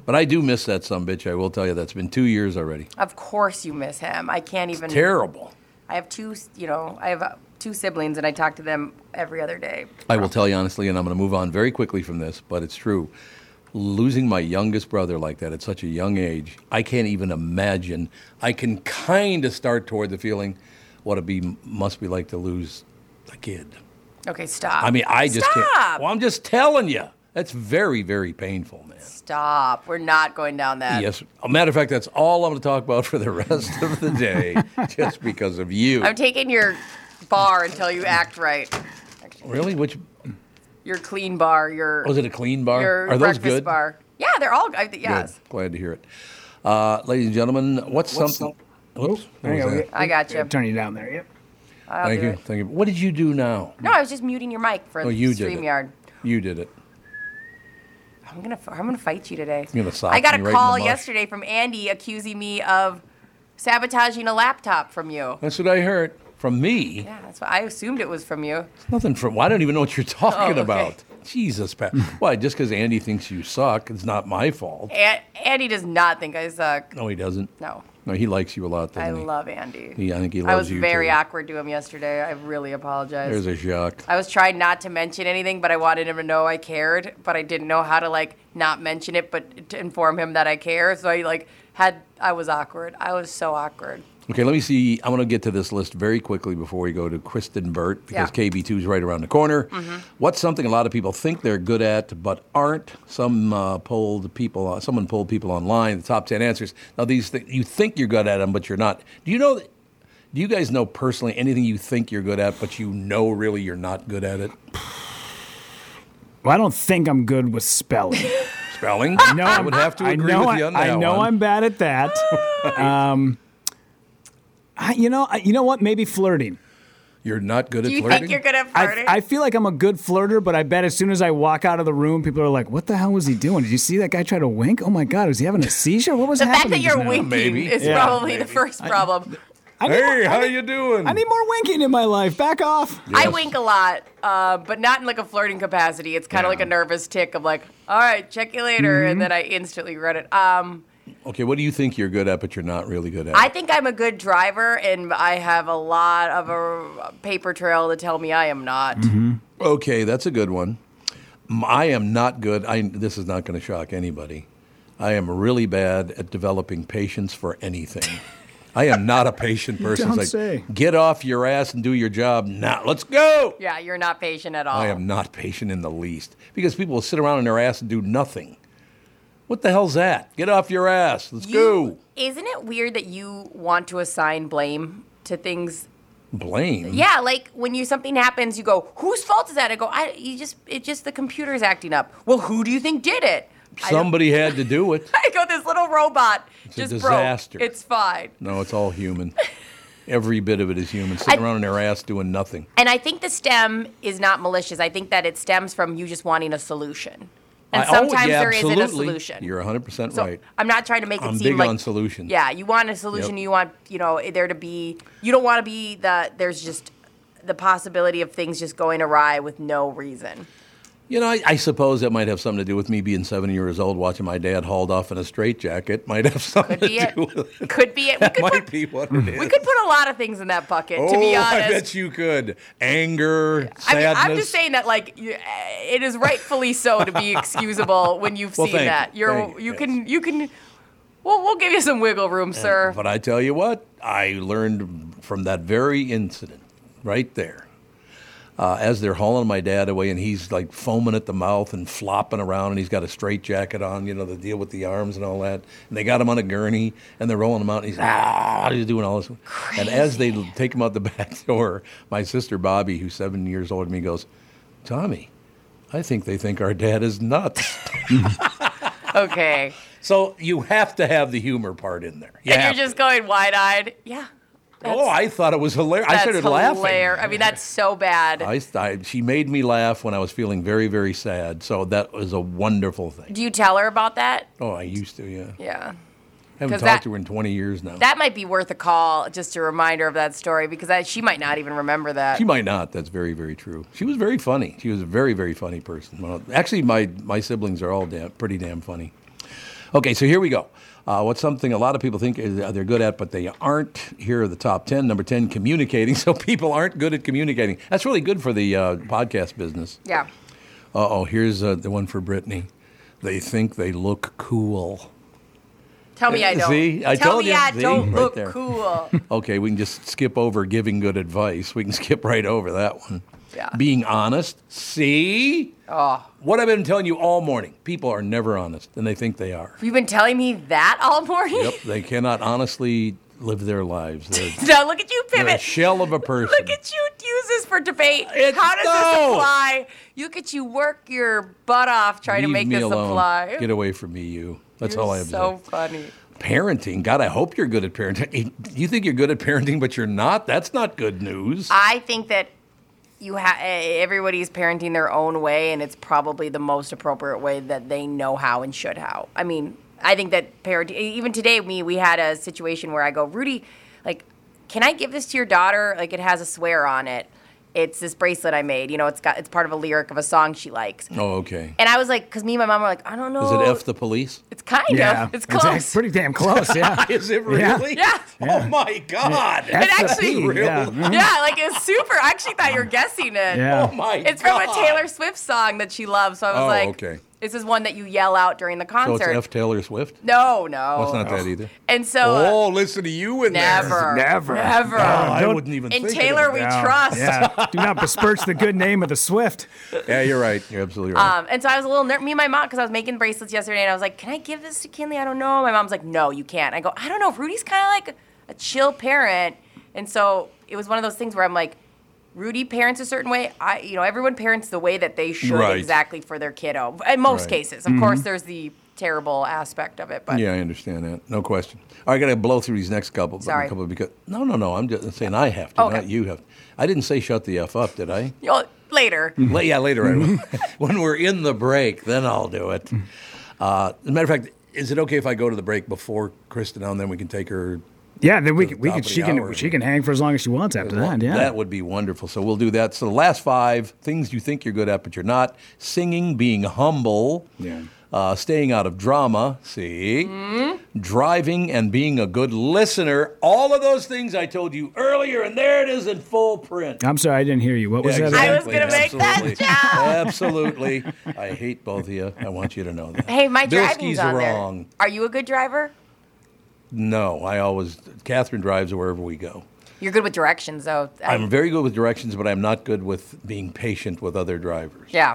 [SPEAKER 2] but I do miss that some bitch. I will tell you that's been two years already.
[SPEAKER 3] Of course you miss him. I can't even.
[SPEAKER 2] Terrible.
[SPEAKER 3] I have two, you know, I have uh, two siblings and I talk to them every other day.
[SPEAKER 2] I will tell you honestly, and I'm going to move on very quickly from this, but it's true. Losing my youngest brother like that at such a young age, I can't even imagine. I can kind of start toward the feeling what it be must be like to lose a kid.
[SPEAKER 3] Okay, stop.
[SPEAKER 2] I mean, I just
[SPEAKER 3] Stop.
[SPEAKER 2] can't. Well, I'm just telling you. That's very, very painful, man.
[SPEAKER 3] Stop. We're not going down that.
[SPEAKER 2] Yes. A matter of fact, that's all I'm going to talk about for the rest of the day, just because of you.
[SPEAKER 3] I'm taking your bar until you act right.
[SPEAKER 2] really? Which
[SPEAKER 3] Your clean bar. Your
[SPEAKER 2] was Oh, it? A clean bar?
[SPEAKER 3] Your
[SPEAKER 2] Are those
[SPEAKER 3] breakfast
[SPEAKER 2] good?
[SPEAKER 3] bar. Yeah, they're all. I,
[SPEAKER 2] Good.
[SPEAKER 3] yes,
[SPEAKER 2] Glad to hear it. Uh, ladies and gentlemen, what's, something? Whoops. What
[SPEAKER 4] There
[SPEAKER 2] was
[SPEAKER 4] you
[SPEAKER 2] that?
[SPEAKER 4] go.
[SPEAKER 3] I got you.
[SPEAKER 4] Turn you down there. Yep.
[SPEAKER 2] Thank
[SPEAKER 3] do
[SPEAKER 2] you.
[SPEAKER 3] it.
[SPEAKER 2] Thank you. What did you do now?
[SPEAKER 3] No, I was just muting your mic for
[SPEAKER 2] Oh, you did it.
[SPEAKER 3] StreamYard.
[SPEAKER 2] You did it.
[SPEAKER 3] I'm gonna I'm gonna fight you today.
[SPEAKER 2] You're gonna sock
[SPEAKER 3] I got a
[SPEAKER 2] me right in
[SPEAKER 3] call
[SPEAKER 2] the mush.
[SPEAKER 3] yesterday from Andy accusing me of sabotaging a laptop from you.
[SPEAKER 2] That's what I heard from me.
[SPEAKER 3] Yeah, that's what I assumed it was from you.
[SPEAKER 2] Nothing from. Well, I don't even know what you're talking
[SPEAKER 3] Oh, okay.
[SPEAKER 2] about. Jesus, Pat. Why? Just because Andy thinks you suck, it's not my fault.
[SPEAKER 3] A- Andy does not think I suck.
[SPEAKER 2] No, he doesn't.
[SPEAKER 3] No,
[SPEAKER 2] No, he likes you a lot, doesn't
[SPEAKER 3] I
[SPEAKER 2] he?
[SPEAKER 3] love Andy.
[SPEAKER 2] He- I think he
[SPEAKER 3] I
[SPEAKER 2] loves
[SPEAKER 3] was
[SPEAKER 2] you,
[SPEAKER 3] very
[SPEAKER 2] too.
[SPEAKER 3] awkward to him yesterday. I really apologize.
[SPEAKER 2] There's a shock.
[SPEAKER 3] I was trying not to mention anything, but I wanted him to know I cared, but I didn't know how to like not mention it, but to inform him that I care. So I like had I was awkward. I was so awkward.
[SPEAKER 2] Okay, let me see. I want to get to this list very quickly before we go to Kristen Burt because
[SPEAKER 3] Yeah. Mm-hmm.
[SPEAKER 2] KB2 is right around the corner. What's something a lot of people think they're good at but aren't? Some uh, polled people, uh, someone polled people online. The top ten answers. Now these th- you think you're good at them, but you're not. Do you know? th- Do you guys know personally anything you think you're good at, but you know really you're not good at it?
[SPEAKER 4] Well, I don't think I'm good with spelling.
[SPEAKER 2] Spelling.
[SPEAKER 4] No,
[SPEAKER 2] I would have to agree
[SPEAKER 4] I know,
[SPEAKER 2] with
[SPEAKER 4] I-
[SPEAKER 2] you on
[SPEAKER 4] I
[SPEAKER 2] that
[SPEAKER 4] know
[SPEAKER 2] one.
[SPEAKER 4] I'm bad at that. um, I, you know, I, you know what? Maybe flirting.
[SPEAKER 2] You're not good
[SPEAKER 3] Do
[SPEAKER 2] at
[SPEAKER 3] you
[SPEAKER 2] flirting.
[SPEAKER 3] think you're good at
[SPEAKER 4] I,
[SPEAKER 3] flirting?
[SPEAKER 4] I feel like I'm a good flirter, but I bet as soon as I walk out of the room, people are like, "What the hell was he doing? Did you see that guy try to wink? Oh my god, was he having a seizure? What was
[SPEAKER 3] the fact
[SPEAKER 4] happening?"
[SPEAKER 3] that you're
[SPEAKER 4] just now?"
[SPEAKER 3] winking
[SPEAKER 2] Maybe.
[SPEAKER 3] is
[SPEAKER 4] Yeah,
[SPEAKER 3] probably the first problem.
[SPEAKER 4] I need
[SPEAKER 2] Hey,
[SPEAKER 4] more-
[SPEAKER 2] how you doing?
[SPEAKER 4] I need more winking in my life. Back off.
[SPEAKER 3] I wink a lot, uh, but not in like a flirting capacity. It's kind of like a nervous tick of like, all right, check you later,
[SPEAKER 2] Mm-hmm.
[SPEAKER 3] and then I instantly read it. Um,
[SPEAKER 2] okay, what do you think you're good at, but you're not really good at?
[SPEAKER 3] I think I'm a good driver, and I have a lot of a paper trail to tell me I am not.
[SPEAKER 2] Mm-hmm. Okay, that's a good one. M- I am not good. I, this is not going to shock anybody. I am really bad at developing patience for anything. I am not a patient person.
[SPEAKER 4] don't
[SPEAKER 2] It's like,
[SPEAKER 4] say.
[SPEAKER 2] get off your ass and do your job now. Let's go.
[SPEAKER 3] Yeah, you're not patient at all.
[SPEAKER 2] I am not patient in the least because people will sit around on their ass and do nothing. What the hell's that? Get off your ass. Let's
[SPEAKER 3] You-
[SPEAKER 2] go.
[SPEAKER 3] Isn't it weird that you want to assign blame to things?
[SPEAKER 2] Blame.
[SPEAKER 3] Yeah, like when you something happens, you go, "Whose fault is that?" I go, "I you just it just the computer's acting up." Well, who do you think did it? I don't-
[SPEAKER 2] Somebody had to do it.
[SPEAKER 3] I go, "This little robot
[SPEAKER 2] a
[SPEAKER 3] just
[SPEAKER 2] disaster.
[SPEAKER 3] broke. It's fine."
[SPEAKER 2] No, it's all human. Every bit of it is human. Sitting
[SPEAKER 3] I-
[SPEAKER 2] around on their ass doing nothing.
[SPEAKER 3] And I think the stem is not malicious. I think that it stems from you just wanting a solution. And
[SPEAKER 2] I- oh,
[SPEAKER 3] sometimes
[SPEAKER 2] yeah,
[SPEAKER 3] there isn't a
[SPEAKER 2] absolutely.
[SPEAKER 3] solution.
[SPEAKER 2] You're 100%
[SPEAKER 3] so
[SPEAKER 2] right.
[SPEAKER 3] I'm not trying to make it
[SPEAKER 2] I'm
[SPEAKER 3] seem
[SPEAKER 2] big
[SPEAKER 3] like
[SPEAKER 2] on solutions.
[SPEAKER 3] Yeah, you want a solution.
[SPEAKER 2] Yep.
[SPEAKER 3] You want you know there to be. You don't want to be the there's just the possibility of things just going awry with no reason.
[SPEAKER 2] You know, I, I suppose that might have something to do with me being 70 years old, watching my dad hauled off in a straitjacket. Might have something
[SPEAKER 3] Could be
[SPEAKER 2] to
[SPEAKER 3] it.
[SPEAKER 2] do with it.
[SPEAKER 3] Could be it. We
[SPEAKER 2] That
[SPEAKER 3] could,
[SPEAKER 2] might
[SPEAKER 3] put,
[SPEAKER 2] be what it is.
[SPEAKER 3] we could put a lot of things in that bucket. to be
[SPEAKER 2] Oh,
[SPEAKER 3] honest,
[SPEAKER 2] I bet you could. Anger,
[SPEAKER 3] I mean,
[SPEAKER 2] sadness.
[SPEAKER 3] I'm just saying that, like, you- eh, it is rightfully so to be excusable when you've
[SPEAKER 2] Well,
[SPEAKER 3] seen
[SPEAKER 2] thank you.
[SPEAKER 3] that. You're,
[SPEAKER 2] Thank you.
[SPEAKER 3] you can, you can. Well, we'll give you some wiggle room, sir.
[SPEAKER 2] But I tell you what, I learned from that very incident right there. Uh, as they're hauling my dad away, and he's like foaming at the mouth and flopping around, and he's got a straight jacket on, you know, the deal with the arms and all that. And they got him on a gurney, and they're rolling him out, and he's ah, he's doing all this. And as they l- take him out the back door, my sister Bobby, who's seven years older than me, goes, "Tommy, I think they think our dad is nuts."
[SPEAKER 3] Okay.
[SPEAKER 2] so you have to have the humor part in there. You
[SPEAKER 3] and
[SPEAKER 2] have
[SPEAKER 3] you're just going wide-eyed. Yeah.
[SPEAKER 2] Oh, I thought it was hilarious. I
[SPEAKER 3] That's
[SPEAKER 2] started
[SPEAKER 3] hilar-
[SPEAKER 2] laughing.
[SPEAKER 3] I mean, that's so bad.
[SPEAKER 2] I, I, she made me laugh when I was feeling very, very sad. So that was a wonderful thing.
[SPEAKER 3] Do you tell her about that?
[SPEAKER 2] Oh, I used to, yeah.
[SPEAKER 3] Yeah.
[SPEAKER 2] I haven't
[SPEAKER 3] 'Cause
[SPEAKER 2] talked
[SPEAKER 3] that-
[SPEAKER 2] to her in 20 years now.
[SPEAKER 3] That might be worth a call, just a reminder of that story, because I, she might not even remember that.
[SPEAKER 2] she might not. That's very, very true. She was very funny. She was a very, very funny person. Well, actually, my, my siblings are all damn, pretty damn funny. Okay, so here we go. Uh, what's something a lot of people think is- uh, they're good at, but they aren't? Here are the top 10. Number 10, communicating. So people aren't good at communicating. That's really good for the uh, podcast business.
[SPEAKER 3] yeah.
[SPEAKER 2] Uh oh, here's uh, the one for Brittany. They think they look cool.
[SPEAKER 3] Tell me I don't.
[SPEAKER 2] See? I
[SPEAKER 3] Tell
[SPEAKER 2] told
[SPEAKER 3] me
[SPEAKER 2] you.
[SPEAKER 3] I
[SPEAKER 2] See?
[SPEAKER 3] don't
[SPEAKER 2] Right
[SPEAKER 3] look
[SPEAKER 2] there.
[SPEAKER 3] cool.
[SPEAKER 2] Okay, we can just skip over giving good advice. We can skip right over that one.
[SPEAKER 3] Yeah.
[SPEAKER 2] Being honest. See?
[SPEAKER 3] Oh.
[SPEAKER 2] What I've been telling you all morning people are never honest, and they think they are.
[SPEAKER 3] You've been telling me that all morning.
[SPEAKER 2] Yep, they cannot honestly live their lives. They're,
[SPEAKER 3] Now look at you
[SPEAKER 2] they're a
[SPEAKER 3] pivot.
[SPEAKER 2] shell of a person.
[SPEAKER 3] Look at you use this for debate.
[SPEAKER 2] It's-
[SPEAKER 3] How does this
[SPEAKER 2] no.
[SPEAKER 3] apply? Look at you work your butt off trying to
[SPEAKER 2] Leave
[SPEAKER 3] make
[SPEAKER 2] me
[SPEAKER 3] this
[SPEAKER 2] alone.
[SPEAKER 3] apply.
[SPEAKER 2] Get away from me, you. That's
[SPEAKER 3] You're
[SPEAKER 2] all I have to
[SPEAKER 3] so
[SPEAKER 2] say.
[SPEAKER 3] funny.
[SPEAKER 2] Parenting. God, I hope you're good at parenting. You think you're good at parenting, but you're not? That's not good news.
[SPEAKER 3] I think that you ha- eh, everybody's parenting their own way, and it's probably the most appropriate way that they know how and should how. I mean, I think that parenting. Even today, me we had a situation where I go, Rudy, like, can I give this to your daughter? Like, it has a swear on it. It's this bracelet I made. You know, it's got it's part of a lyric of a song she likes.
[SPEAKER 2] oh, okay.
[SPEAKER 3] And I was like, because me and my mom were like, I don't know.
[SPEAKER 2] Is it F the police?
[SPEAKER 3] It's kind
[SPEAKER 4] Yeah,
[SPEAKER 3] of. It's
[SPEAKER 4] act-
[SPEAKER 3] close.
[SPEAKER 4] pretty damn close. Yeah.
[SPEAKER 2] Is it
[SPEAKER 4] Yeah.
[SPEAKER 2] really?
[SPEAKER 3] Yeah.
[SPEAKER 2] Oh my God.
[SPEAKER 4] That's the
[SPEAKER 3] actually-
[SPEAKER 4] P, yeah. Mm-hmm.
[SPEAKER 3] yeah, like it's super. I actually thought you were guessing it.
[SPEAKER 4] Yeah.
[SPEAKER 2] Oh my
[SPEAKER 3] It's from a
[SPEAKER 2] God.
[SPEAKER 3] Taylor Swift song that she loves. So I was
[SPEAKER 2] Oh,
[SPEAKER 3] like,
[SPEAKER 2] okay.
[SPEAKER 3] This is one that you yell out during the
[SPEAKER 2] So
[SPEAKER 3] concert.
[SPEAKER 2] it's F. Taylor Swift.
[SPEAKER 3] no, no.
[SPEAKER 2] Well, it's not that either.
[SPEAKER 3] And so uh,
[SPEAKER 2] oh, listen to you in
[SPEAKER 3] never,
[SPEAKER 2] there.
[SPEAKER 4] Never.
[SPEAKER 3] never.
[SPEAKER 2] Oh, I
[SPEAKER 4] Don't-
[SPEAKER 2] wouldn't even.
[SPEAKER 3] In
[SPEAKER 2] think
[SPEAKER 3] Taylor,
[SPEAKER 2] of
[SPEAKER 3] we
[SPEAKER 2] it.
[SPEAKER 4] Yeah.
[SPEAKER 3] trust.
[SPEAKER 4] Yeah. Do not besmirch the good name of the Swift.
[SPEAKER 2] Yeah, you're right. You're absolutely right.
[SPEAKER 3] Um, and so I was a little ner- me and my mom because I was making bracelets yesterday, and I was like, "Can I give this to Kinley? I don't know." My mom's like, "No, you can't." I go, "I don't know." Rudy's kind of like a chill parent, and so it was one of those things where I'm like, Rudy parents a certain way. I, you know, everyone parents the way that they should
[SPEAKER 2] Right.
[SPEAKER 3] exactly for their kiddo. In most
[SPEAKER 2] Right.
[SPEAKER 3] cases, of course, there's the terrible aspect of it, but
[SPEAKER 2] yeah, I understand that. No question. All right, I got to blow through these next couple. but
[SPEAKER 3] Sorry.
[SPEAKER 2] a couple because no, no, no. I'm just saying I have to,
[SPEAKER 3] Okay.
[SPEAKER 2] not you have. To. I didn't say shut the f up, did I?
[SPEAKER 3] you know, Oh, later.
[SPEAKER 2] La- yeah, later. I will. when we're in the break, then I'll do it.
[SPEAKER 4] Hmm.
[SPEAKER 2] Uh, as a matter of fact, is it okay if I go to the break before Krista now, and then we can take her?
[SPEAKER 4] Yeah, then we
[SPEAKER 2] To the
[SPEAKER 4] can, we
[SPEAKER 2] top
[SPEAKER 4] can
[SPEAKER 2] of the
[SPEAKER 4] she
[SPEAKER 2] hour.
[SPEAKER 4] can she can hang for as long as she wants after that. Yeah.
[SPEAKER 2] That would be wonderful. So we'll do that. So the last five things you think you're good at, but you're not: singing, being humble,
[SPEAKER 4] Yeah. Hmm?
[SPEAKER 2] uh, staying out of drama. See, driving, and being a good listener. All of those things I told you earlier, and there it is in full print.
[SPEAKER 4] I'm sorry, I didn't hear you. What was
[SPEAKER 2] Yeah,
[SPEAKER 4] that? again?
[SPEAKER 3] I was gonna make that
[SPEAKER 2] Absolutely. Absolutely. I hate both of you. I want you to know that.
[SPEAKER 3] Hey, my
[SPEAKER 2] Bilski's
[SPEAKER 3] driving's on
[SPEAKER 2] wrong.
[SPEAKER 3] there. Are you a good driver?
[SPEAKER 2] No, I always, Catherine drives wherever we go.
[SPEAKER 3] You're good with directions, though. I-
[SPEAKER 2] I'm very good with directions, but I'm not good with being patient with other drivers.
[SPEAKER 3] yeah.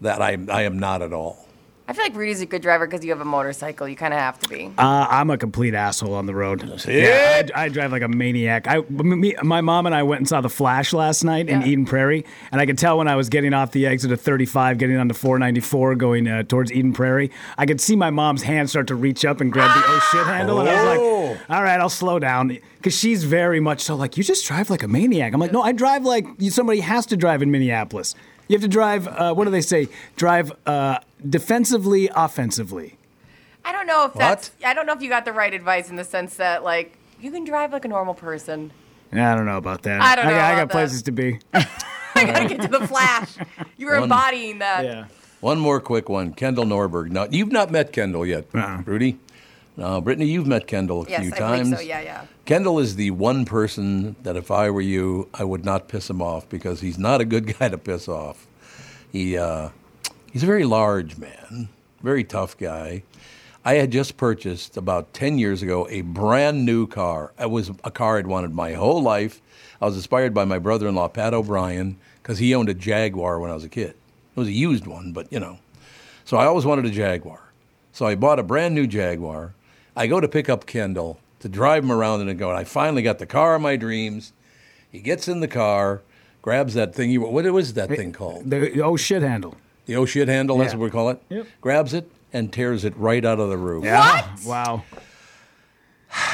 [SPEAKER 2] That I, I am not at all.
[SPEAKER 3] I feel like Rudy's a good driver because you have a motorcycle. You kind of have to be.
[SPEAKER 4] Uh, I'm a complete asshole on the road. Yeah,
[SPEAKER 2] it.
[SPEAKER 4] I, I drive like a maniac. I, m- me, my mom and I went and saw The Flash last night in
[SPEAKER 3] Yeah.
[SPEAKER 4] Eden Prairie, and I could tell when I was getting off the exit of 35, getting onto 494, going uh, towards Eden Prairie, I could see my mom's hand start to reach up and grab the oh shit handle, and I
[SPEAKER 2] Oh.
[SPEAKER 4] was like, "All right, I'll slow down," because she's very much so like, "You just drive like a maniac." I'm like, "No, I drive like you, somebody has to drive in Minneapolis. You have to drive. Uh, what do they say? Drive uh, defensively, offensively."
[SPEAKER 3] I don't know if that's. I don't know if you got the right advice in the sense that like you can drive like a normal person.
[SPEAKER 4] Yeah, I don't know about that.
[SPEAKER 3] I don't know
[SPEAKER 4] I, got
[SPEAKER 3] about that.
[SPEAKER 4] places to be.
[SPEAKER 3] I gotta get to the flash. You were
[SPEAKER 2] One-
[SPEAKER 3] embodying that.
[SPEAKER 2] One more quick one. Kendall Norberg. Now, you've not met Kendall yet,
[SPEAKER 4] Uh-uh.
[SPEAKER 2] Rudy. No, Brittany, you've met Kendall a
[SPEAKER 3] Yes,
[SPEAKER 2] few
[SPEAKER 3] I
[SPEAKER 2] times.
[SPEAKER 3] believe so. Yeah, yeah.
[SPEAKER 2] Kendall is the one person that if I were you, I would not piss him off because he's not a good guy to piss off. He uh, he's a very large man, very tough guy. I had just purchased about ten years ago a brand new car. It was a car I'd wanted my whole life. I was inspired by my brother-in-law Pat O'Brien because he owned a Jaguar when I was a kid. It was a used one, but you know. So I always wanted a Jaguar. So I bought a brand new Jaguar. I go to pick up Kendall to drive him around and go, and I finally got the car of my dreams. He gets in the car, grabs that thing. You, what was that thing called?
[SPEAKER 4] The, oh shit handle.
[SPEAKER 2] The oh shit handle, that's
[SPEAKER 4] Yeah.
[SPEAKER 2] what we call it.
[SPEAKER 4] Yep.
[SPEAKER 2] Grabs it and tears it right out of the roof. Ah,
[SPEAKER 4] What? Wow.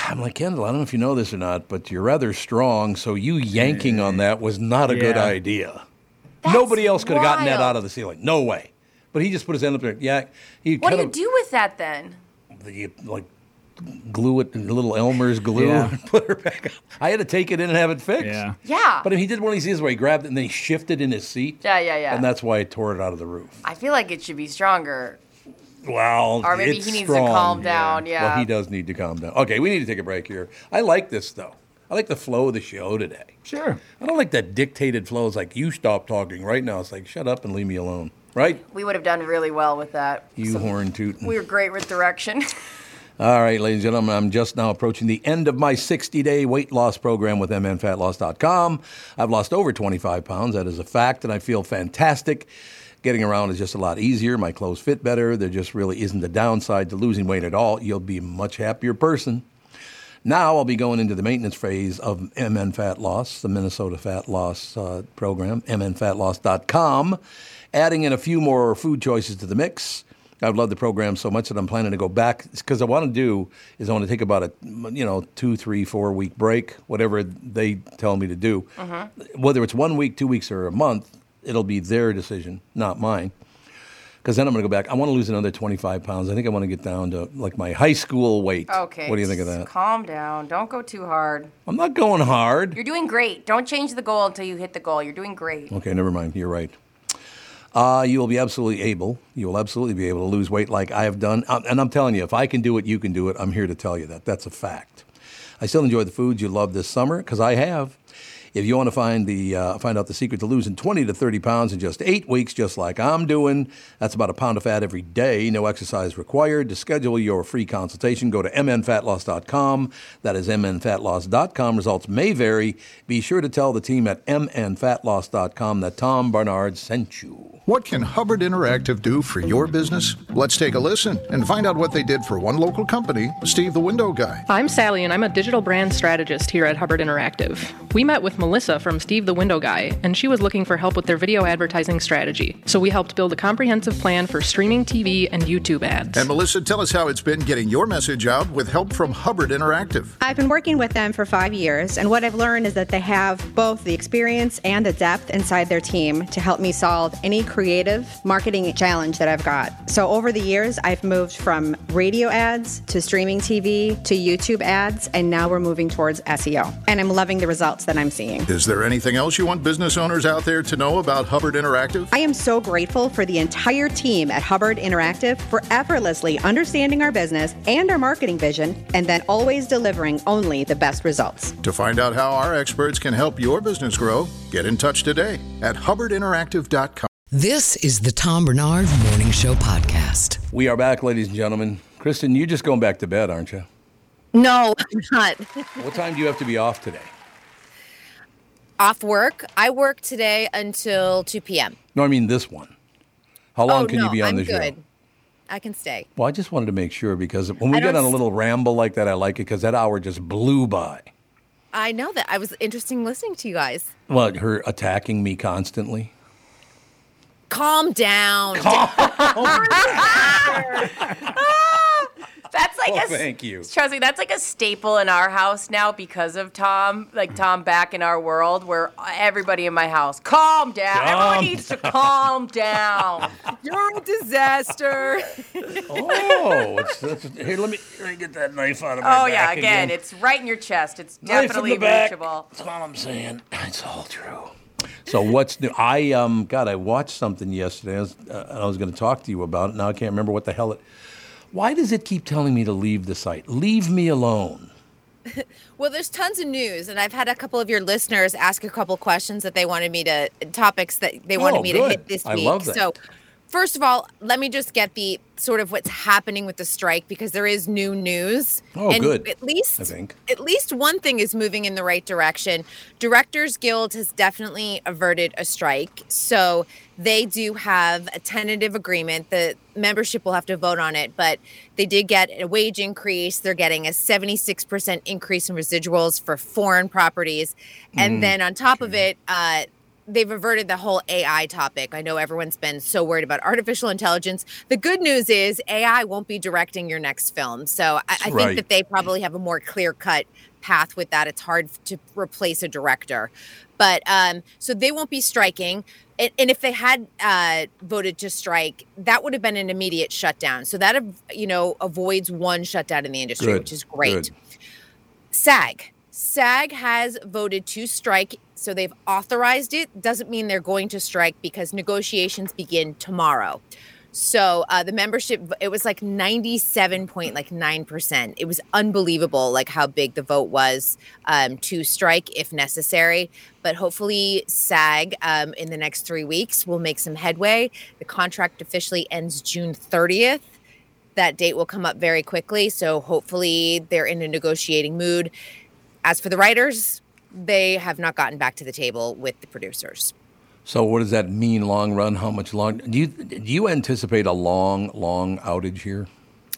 [SPEAKER 2] I'm like, Kendall, I don't know if you know this or not, but you're rather strong, so you yanking on that was not a good
[SPEAKER 4] Yeah.
[SPEAKER 2] idea. Nobody else could have gotten that
[SPEAKER 3] wild.
[SPEAKER 2] out of the ceiling. No way. But he just put his hand up there. Yeah. He
[SPEAKER 3] What do
[SPEAKER 2] kind
[SPEAKER 3] you
[SPEAKER 2] of-
[SPEAKER 3] do with that then?
[SPEAKER 2] you like glue it in little Elmer's glue
[SPEAKER 4] Yeah.
[SPEAKER 2] and put her back up. I had to take it in and have it fixed.
[SPEAKER 4] Yeah.
[SPEAKER 3] Yeah.
[SPEAKER 2] But he did one of these things where he grabbed it and then he shifted in his seat.
[SPEAKER 3] Yeah, yeah, yeah.
[SPEAKER 2] And that's why I tore it out of the roof.
[SPEAKER 3] I feel like it should be stronger.
[SPEAKER 2] Well,
[SPEAKER 3] Or maybe
[SPEAKER 2] it's
[SPEAKER 3] he needs to
[SPEAKER 2] strong.
[SPEAKER 3] calm down, Yeah.
[SPEAKER 2] Well, he does need to calm down. Okay, we need to take a break here. I like this though. I like the flow of the show today.
[SPEAKER 4] Sure.
[SPEAKER 2] I don't like that dictated flow. It's like you stop talking right now. It's like shut up and leave me alone. Right?
[SPEAKER 3] We would have done really well with that.
[SPEAKER 2] You
[SPEAKER 3] Some-
[SPEAKER 2] horn tootin'.
[SPEAKER 3] We were great with direction.
[SPEAKER 2] All right, ladies and gentlemen, I'm just now approaching the end of my 60 day weight loss program with MNFatLoss.com. I've lost over 25 pounds. That is a fact, and I feel fantastic. Getting around is just a lot easier. My clothes fit better. There just really isn't a downside to losing weight at all. You'll be a much happier person. Now I'll be going into the maintenance phase of MN Fat Loss, the Minnesota Fat Loss uh, program, mnfatloss.com, adding in a few more food choices to the mix. I've loved the program so much that I'm planning to go back because I want to do is I want to take about a you know two, three, four week break, whatever they tell me to do. Whether it's one week, two weeks, or a month, it'll be their decision, not mine because then I'm going to go back. I want to lose another 25 pounds. I think I want to get down to like my high school weight.
[SPEAKER 3] okay.
[SPEAKER 2] What do you think of
[SPEAKER 3] just
[SPEAKER 2] that?
[SPEAKER 3] Calm down. Don't go too hard.
[SPEAKER 2] I'm not going hard.
[SPEAKER 3] You're doing great. Don't change the goal until you hit the goal. You're doing great.
[SPEAKER 2] Okay, never mind. You're right. Uh, you will be absolutely able. You will absolutely be able to lose weight like I have done. Um, and I'm telling you, if I can do it, you can do it. I'm here to tell you that. That's a fact. I still enjoy the foods you love this summer because I have. If you want to find the uh, find out the secret to losing 20 to 30 pounds in just eight weeks, just like I'm doing, that's about a pound of fat every day, no exercise required. To schedule your free consultation, go to mnfatloss.com. That is mnfatloss.com. Results may vary. Be sure to tell the team at mnfatloss.com that Tom Barnard sent you.
[SPEAKER 5] What can Hubbard Interactive do for your business? Let's take a listen and find out what they did for one local company, Steve the Window Guy.
[SPEAKER 6] I'm Sally, and I'm a digital brand strategist here at Hubbard Interactive. We met with Melissa from Steve the Window Guy, and she was looking for help with their video advertising strategy. So we helped build a comprehensive plan for streaming TV and YouTube ads.
[SPEAKER 5] And Melissa, tell us how it's been getting your message out with help from Hubbard Interactive.
[SPEAKER 7] I've been working with them for five years, and what I've learned is that they have both the experience and the depth inside their team to help me solve any creative marketing challenge that I've got. So, over the years, I've moved from radio ads to streaming TV to YouTube ads, and now we're moving towards SEO. And I'm loving the results that I'm seeing.
[SPEAKER 5] Is there anything else you want business owners out there to know about Hubbard Interactive?
[SPEAKER 7] I am so grateful for the entire team at Hubbard Interactive for effortlessly understanding our business and our marketing vision, and then always delivering only the best results.
[SPEAKER 5] To find out how our experts can help your business grow, get in touch today at hubbardinteractive.com.
[SPEAKER 1] This is the Tom Bernard Morning Show podcast.
[SPEAKER 2] We are back, ladies and gentlemen. Kristen, you're just going back to bed, aren't you?
[SPEAKER 8] No, I'm not.
[SPEAKER 2] What time do you have to be off today?
[SPEAKER 8] Off work. I work today until 2 p.m.
[SPEAKER 2] No, I mean this one. How long
[SPEAKER 8] oh,
[SPEAKER 2] can
[SPEAKER 8] no,
[SPEAKER 2] you be on
[SPEAKER 8] I'm
[SPEAKER 2] this
[SPEAKER 8] good.
[SPEAKER 2] show?
[SPEAKER 8] I can stay.
[SPEAKER 2] Well, I just wanted to make sure because when we
[SPEAKER 8] I
[SPEAKER 2] get
[SPEAKER 8] don't
[SPEAKER 2] on a
[SPEAKER 8] s-
[SPEAKER 2] little ramble like that, I like it because that hour just blew by.
[SPEAKER 8] I know that. I was interesting listening to you guys.
[SPEAKER 2] Well, her attacking me constantly.
[SPEAKER 8] Calm down. Ah,
[SPEAKER 3] That's like
[SPEAKER 2] Oh,
[SPEAKER 3] a s-
[SPEAKER 2] thank you.
[SPEAKER 3] Trust me, that's like a staple in our house now because of Tom. Like Tom back in our world, where everybody in my house, calm down.
[SPEAKER 2] Calm
[SPEAKER 3] Everyone needs to
[SPEAKER 2] down.
[SPEAKER 3] calm down.
[SPEAKER 8] You're a disaster.
[SPEAKER 2] Oh, it's, that's, here, let me, let me get that knife out of my
[SPEAKER 3] oh yeah,
[SPEAKER 2] back
[SPEAKER 3] again, it's right in your chest. It's
[SPEAKER 2] Knife in
[SPEAKER 3] definitely
[SPEAKER 2] the back.
[SPEAKER 3] reachable.
[SPEAKER 2] That's all I'm saying. It's all true. So what's new? I um, God, I watched something yesterday. I was, uh, and I was going to talk to you about it. Now I can't remember what the hell it. Why does it keep telling me to leave the site? Leave me alone.
[SPEAKER 8] Well, there's tons of news, and I've had a couple of your listeners ask a couple questions that they wanted me to Uh, topics that they wanted
[SPEAKER 2] Oh,
[SPEAKER 8] me to
[SPEAKER 2] good.
[SPEAKER 8] hit this
[SPEAKER 2] I
[SPEAKER 8] week.
[SPEAKER 2] love that.
[SPEAKER 8] So, first of all, let me just get the sort of what's happening with the strike because there is new news.
[SPEAKER 2] Oh,
[SPEAKER 8] and
[SPEAKER 2] good,
[SPEAKER 8] At least
[SPEAKER 2] I think.
[SPEAKER 8] at least one thing is moving in the right direction. Directors Guild has definitely averted a strike. So they do have a tentative agreement. The membership will have to vote on it, but they did get a wage increase. They're getting a 76% increase in residuals for foreign properties.
[SPEAKER 2] Mm,
[SPEAKER 8] And then on top of it, uh, they've averted the whole AI topic. I know everyone's been so worried about artificial intelligence. The good news is AI won't be directing your next film. So I, I
[SPEAKER 2] Right.
[SPEAKER 8] think that they probably have a more clear cut path with that. It's hard to replace a director. But um, so they won't be striking. And, and if they had uh, voted to strike, that would have been an immediate shutdown. So that, you know, avoids one shutdown in the industry,
[SPEAKER 2] Good,
[SPEAKER 8] which is great.
[SPEAKER 2] good.
[SPEAKER 8] SAG. SAG has voted to strike, so they've authorized it. Doesn't mean they're going to strike because negotiations begin tomorrow. So uh, the membership, it was like ninety-seven point like nine percent. It was unbelievable, like how big the vote was um, to strike if necessary. But hopefully, SAG um, in the next three weeks will make some headway. The contract officially ends June thirtieth that date will come up very quickly. So hopefully they're in a negotiating mood. As for the writers, they have not gotten back to the table with the producers.
[SPEAKER 2] So what does that mean? Long run? How much long? Do you do you anticipate a long, long outage here?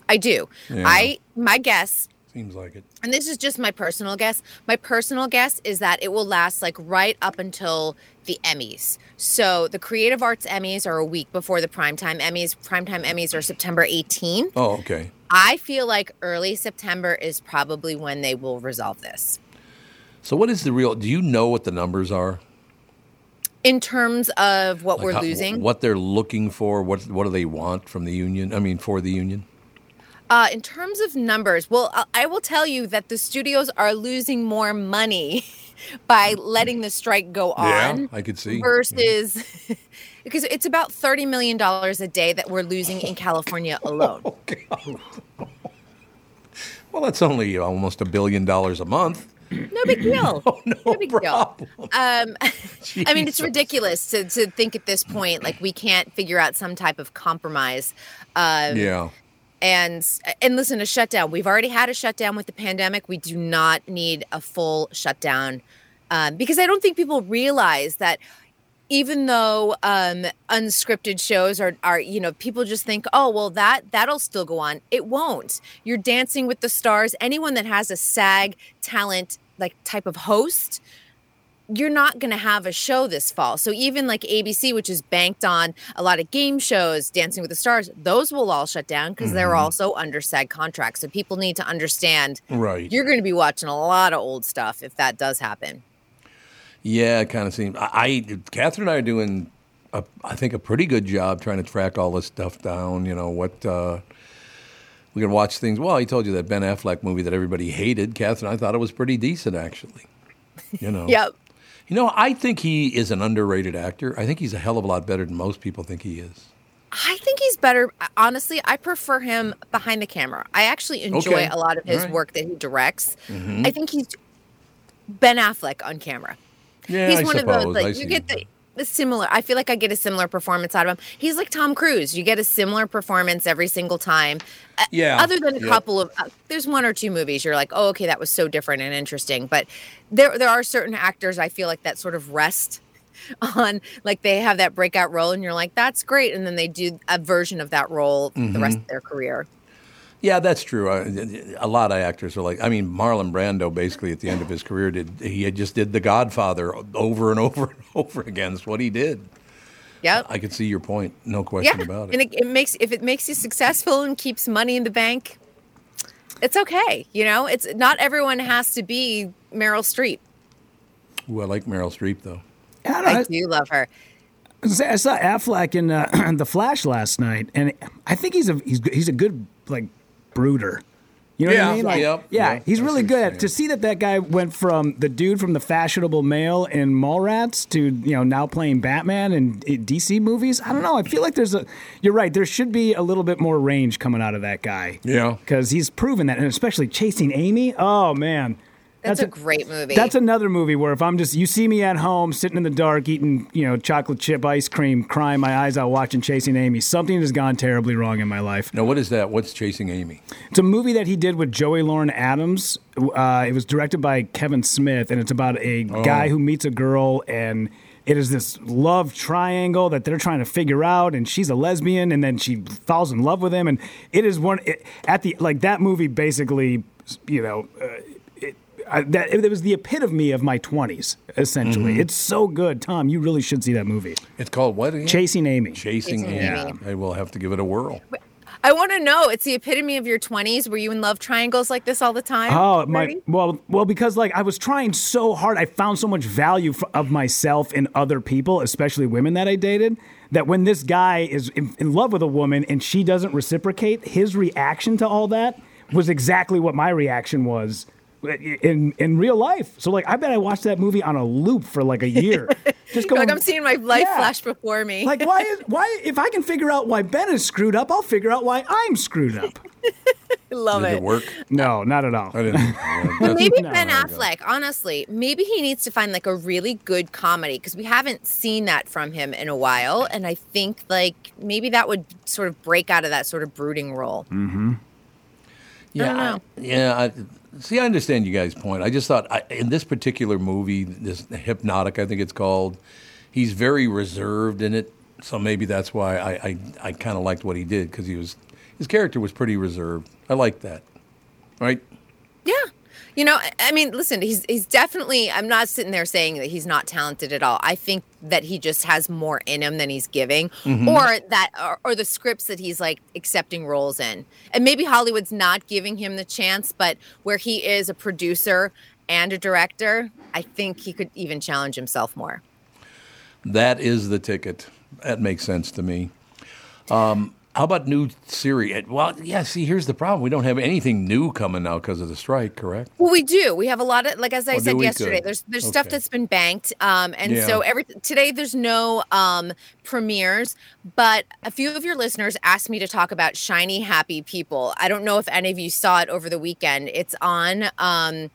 [SPEAKER 8] I do.
[SPEAKER 2] Yeah.
[SPEAKER 8] I my guess
[SPEAKER 2] Seems like it.
[SPEAKER 8] and this is just my personal guess. My personal guess is that it will last like right up until the Emmys. So the Creative Arts Emmys are a week before the Primetime Emmys. Primetime Emmys are September 18th.
[SPEAKER 2] Oh, okay.
[SPEAKER 8] I feel like early September is probably when they will resolve this.
[SPEAKER 2] So what is the real? Do you know what the numbers are?
[SPEAKER 8] In terms of what
[SPEAKER 2] Like
[SPEAKER 8] we're
[SPEAKER 2] how-
[SPEAKER 8] losing,
[SPEAKER 2] What they're looking for? What what do they want from the union? I mean, for the union.
[SPEAKER 8] Uh, in terms of numbers, well, I- I will tell you that the studios are losing more money by letting the strike go
[SPEAKER 2] Yeah,
[SPEAKER 8] on.
[SPEAKER 2] I could see. Mm-hmm.
[SPEAKER 8] Versus, because it's about thirty million dollars a day that we're losing in California
[SPEAKER 2] Oh,
[SPEAKER 8] alone.
[SPEAKER 2] Well, that's only almost a billion dollars a month.
[SPEAKER 8] No big deal. no, big deal. Um, I mean, it's ridiculous to, to think at this point like we can't figure out some type of compromise. Um,
[SPEAKER 2] yeah.
[SPEAKER 8] And and listen, a shutdown. We've already had a shutdown with the pandemic. We do not need a full shutdown um, because I don't think people realize that even though um, unscripted shows are, are you know people just think oh well that that'll still go on it won't you're dancing with the stars anyone that has a sag talent like type of host you're not going to have a show this fall so even like abc which is banked on a lot of game shows dancing with the stars those will all shut down because they're
[SPEAKER 2] Mhm.
[SPEAKER 8] also under sag contracts so people need to understand
[SPEAKER 2] Right.
[SPEAKER 8] you're going to be watching a lot of old stuff if that does happen
[SPEAKER 2] Yeah, it kind of seems. I, I Catherine and I are doing, a, I think, a pretty good job trying to track all this stuff down. You know what? Uh, we can watch things. Well, he told you that Ben Affleck movie that everybody hated. Catherine, I thought it was pretty decent actually. You know.
[SPEAKER 8] Yep.
[SPEAKER 2] You know, I think he is an underrated actor. I think he's a hell of a lot better than most people think he is.
[SPEAKER 8] I think he's better. Honestly, I prefer him behind the camera. I actually enjoy
[SPEAKER 2] Okay.
[SPEAKER 8] a lot of his
[SPEAKER 2] All right.
[SPEAKER 8] work that he directs.
[SPEAKER 2] Mhm.
[SPEAKER 8] I think he's Ben Affleck on camera.
[SPEAKER 2] Yeah,
[SPEAKER 8] he's
[SPEAKER 2] I
[SPEAKER 8] one of
[SPEAKER 2] suppose.
[SPEAKER 8] those like
[SPEAKER 2] I
[SPEAKER 8] you
[SPEAKER 2] see.
[SPEAKER 8] get the, the similar. I feel like I get a similar performance out of him. He's like Tom Cruise. You get a similar performance every single time. Uh,
[SPEAKER 9] Yeah,
[SPEAKER 8] Other than a
[SPEAKER 9] yeah.
[SPEAKER 8] couple of, uh, there's one or two movies you're like, oh, okay, that was so different and interesting. But there, there are certain actors I feel like that sort of rest on like they have that breakout role and you're like that's great and then they do a version of that role the rest
[SPEAKER 2] Mhm.
[SPEAKER 8] of their career
[SPEAKER 2] Yeah, that's true. I- A lot of actors are like, I mean, Marlon Brando basically at the end of his career did he had just did The Godfather over and over and over again. That's what he did.
[SPEAKER 8] yep
[SPEAKER 2] I could see your point, no question
[SPEAKER 8] yeah
[SPEAKER 2] about
[SPEAKER 8] and
[SPEAKER 2] it.
[SPEAKER 8] it, it makes if it makes you successful and keeps money in the bank it's okay you know it's not everyone has to be meryl streep
[SPEAKER 2] Ooh, I like Meryl Streep though.
[SPEAKER 8] i do love her
[SPEAKER 4] I saw- I saw Affleck in uh, The Flash last night, and I think he's a he's g- he's a good like brooder. You know what
[SPEAKER 2] Yeah,
[SPEAKER 4] I mean? Like,
[SPEAKER 2] yep,
[SPEAKER 4] yeah,
[SPEAKER 2] yeah,
[SPEAKER 4] he's really good. at To see that that guy went from the dude from the fashionable male in Mallrats to you know now playing Batman in, in DC movies. I don't know. I feel like there's a. You're right. There should be a little bit more range coming out of that guy.
[SPEAKER 2] Yeah,
[SPEAKER 4] because he's proven that, and especially chasing Amy. Oh man,
[SPEAKER 8] that's, a, great movie
[SPEAKER 4] that's another movie where if I'm just you see me at home sitting in the dark eating you know chocolate chip ice cream, crying my eyes out watching Chasing Amy, something has gone terribly wrong in my life.
[SPEAKER 2] Now, what is that? What's Chasing Amy?
[SPEAKER 4] It's a movie that he did with Joey Lauren Adams. Uh, it was directed by Kevin Smith, and it's about a
[SPEAKER 2] Oh.
[SPEAKER 4] guy who meets a girl and. It is this love triangle that they're trying to figure out, and she's a lesbian, and then she falls in love with him, and it is one it, at the like that movie basically, you know, uh, I, that it was the epitome of my 20s essentially
[SPEAKER 2] Mhm.
[SPEAKER 4] it's so good tom you really should see that movie
[SPEAKER 2] it's called what again?
[SPEAKER 4] chasing amy
[SPEAKER 2] Chasing Amy.
[SPEAKER 4] Yeah.
[SPEAKER 2] I will have to give it a whirl.
[SPEAKER 8] i want to know it's the epitome of your 20s were you in love triangles like this all the time
[SPEAKER 4] Oh my!
[SPEAKER 8] Marty?
[SPEAKER 4] Well, well, because like I was trying so hard, I found so much value f- of myself in other people, especially women that I dated. That when this guy is in, in love with a woman and she doesn't reciprocate, his reaction to all that was exactly what my reaction was in in real life. So like, I bet I watched that movie on a loop for like a year.
[SPEAKER 8] You're
[SPEAKER 4] Just going
[SPEAKER 8] like i'm seeing my life
[SPEAKER 4] Yeah.
[SPEAKER 8] flash before me
[SPEAKER 4] like why is why if I can figure out why Ben is screwed up, I'll figure out why I'm screwed up.
[SPEAKER 8] love it
[SPEAKER 4] No, not at all. I
[SPEAKER 2] didn't.
[SPEAKER 8] Well, maybe
[SPEAKER 4] No.
[SPEAKER 8] Ben Affleck, honestly, maybe he needs to find like a really good comedy because we haven't seen that from him in a while. And I think like maybe that would sort of break out of that sort of brooding role.
[SPEAKER 2] Mm-hmm. Yeah,
[SPEAKER 8] don't know.
[SPEAKER 2] yeah. I, see, I understand you guys' point. I just thought I, in this particular movie, this hypnotic, I think it's called. He's very reserved in it, so maybe that's why I I, I kind of liked what he did because he was his character was pretty reserved. I like that. Right?
[SPEAKER 8] Yeah. You know, I- I mean, listen, he's he's definitely I'm not sitting there saying that he's not talented at all. I think that he just has more in him than he's giving
[SPEAKER 9] Mhm.
[SPEAKER 8] or that or, or the scripts that he's like accepting roles in. And maybe Hollywood's not giving him the chance, but where he is a producer and a director, I think he could even challenge himself more.
[SPEAKER 2] That is the ticket. That makes sense to me. Um, How about new series? Eh, Well, yeah. See, here's the problem. We don't have anything new coming out because of the strike. Correct.
[SPEAKER 8] Well, we do. We have a lot of, like as I
[SPEAKER 2] Oh, do
[SPEAKER 8] said
[SPEAKER 2] we
[SPEAKER 8] yesterday,
[SPEAKER 2] good.
[SPEAKER 8] there's there's stuff
[SPEAKER 2] Okay.
[SPEAKER 8] that's been banked, um, and
[SPEAKER 2] Yeah.
[SPEAKER 8] so every today there's no um, premieres, but a few of your listeners asked me to talk about Shiny Happy People. I don't know if any of you saw it over the weekend. It's on um,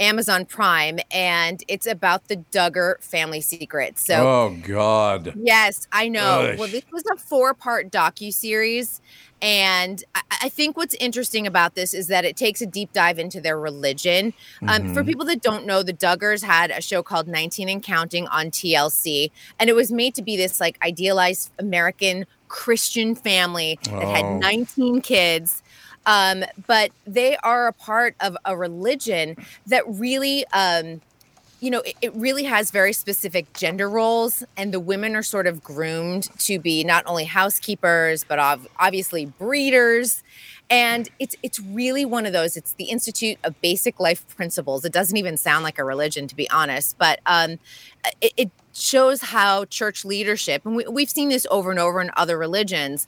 [SPEAKER 8] Amazon Prime, and it's about the Duggar family secret. So
[SPEAKER 2] oh God.
[SPEAKER 8] Yes, I know. Well,
[SPEAKER 2] Gosh.
[SPEAKER 8] this was a four-part docu series, and I, I think what's interesting about this is that it takes a deep dive into their religion. Um, for
[SPEAKER 9] Mhm.
[SPEAKER 8] people that don't know, the Duggars had a show called 19 and Counting on TLC, and it was made to be this like idealized American Christian family that had
[SPEAKER 9] Oh.
[SPEAKER 8] 19 kids. Um, but they are a part of a religion that really um, you know, it, it really has very specific gender roles, and the women are sort of groomed to be not only housekeepers but ob- obviously breeders. And it's it's really one of those. It's the Institute of Basic Life Principles. It doesn't even sound like a religion, to be honest, but um, it, it shows how church leadership, and we, we've seen this over and over in other religions,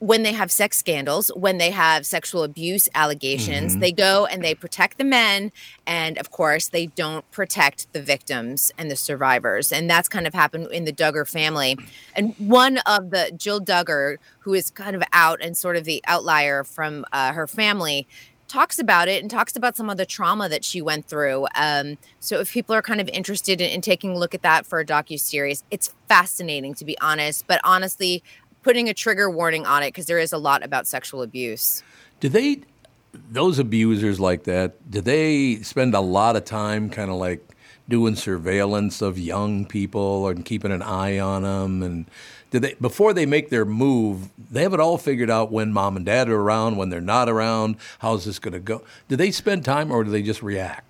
[SPEAKER 8] when they have sex scandals, when they have sexual abuse allegations,
[SPEAKER 9] Mhm.
[SPEAKER 8] they go and they protect the men. And of course, they don't protect the victims and the survivors. And that's kind of happened in the Duggar family. And one of the Jill Duggar, who is kind of out and sort of the outlier from uh, her family, talks about it and talks about some of the trauma that she went through. Um, so if people are kind of interested in, in taking a look at that for a docu series, it's fascinating to be honest. But honestly, putting a trigger warning on it because there is a lot about sexual abuse.
[SPEAKER 2] Do they, those abusers like that, do they spend a lot of time kind of like doing surveillance of young people and keeping an eye on them? And do they, before they make their move, they have it all figured out when mom and dad are around, when they're not around, how's this going to go? Do they spend time or do they just react?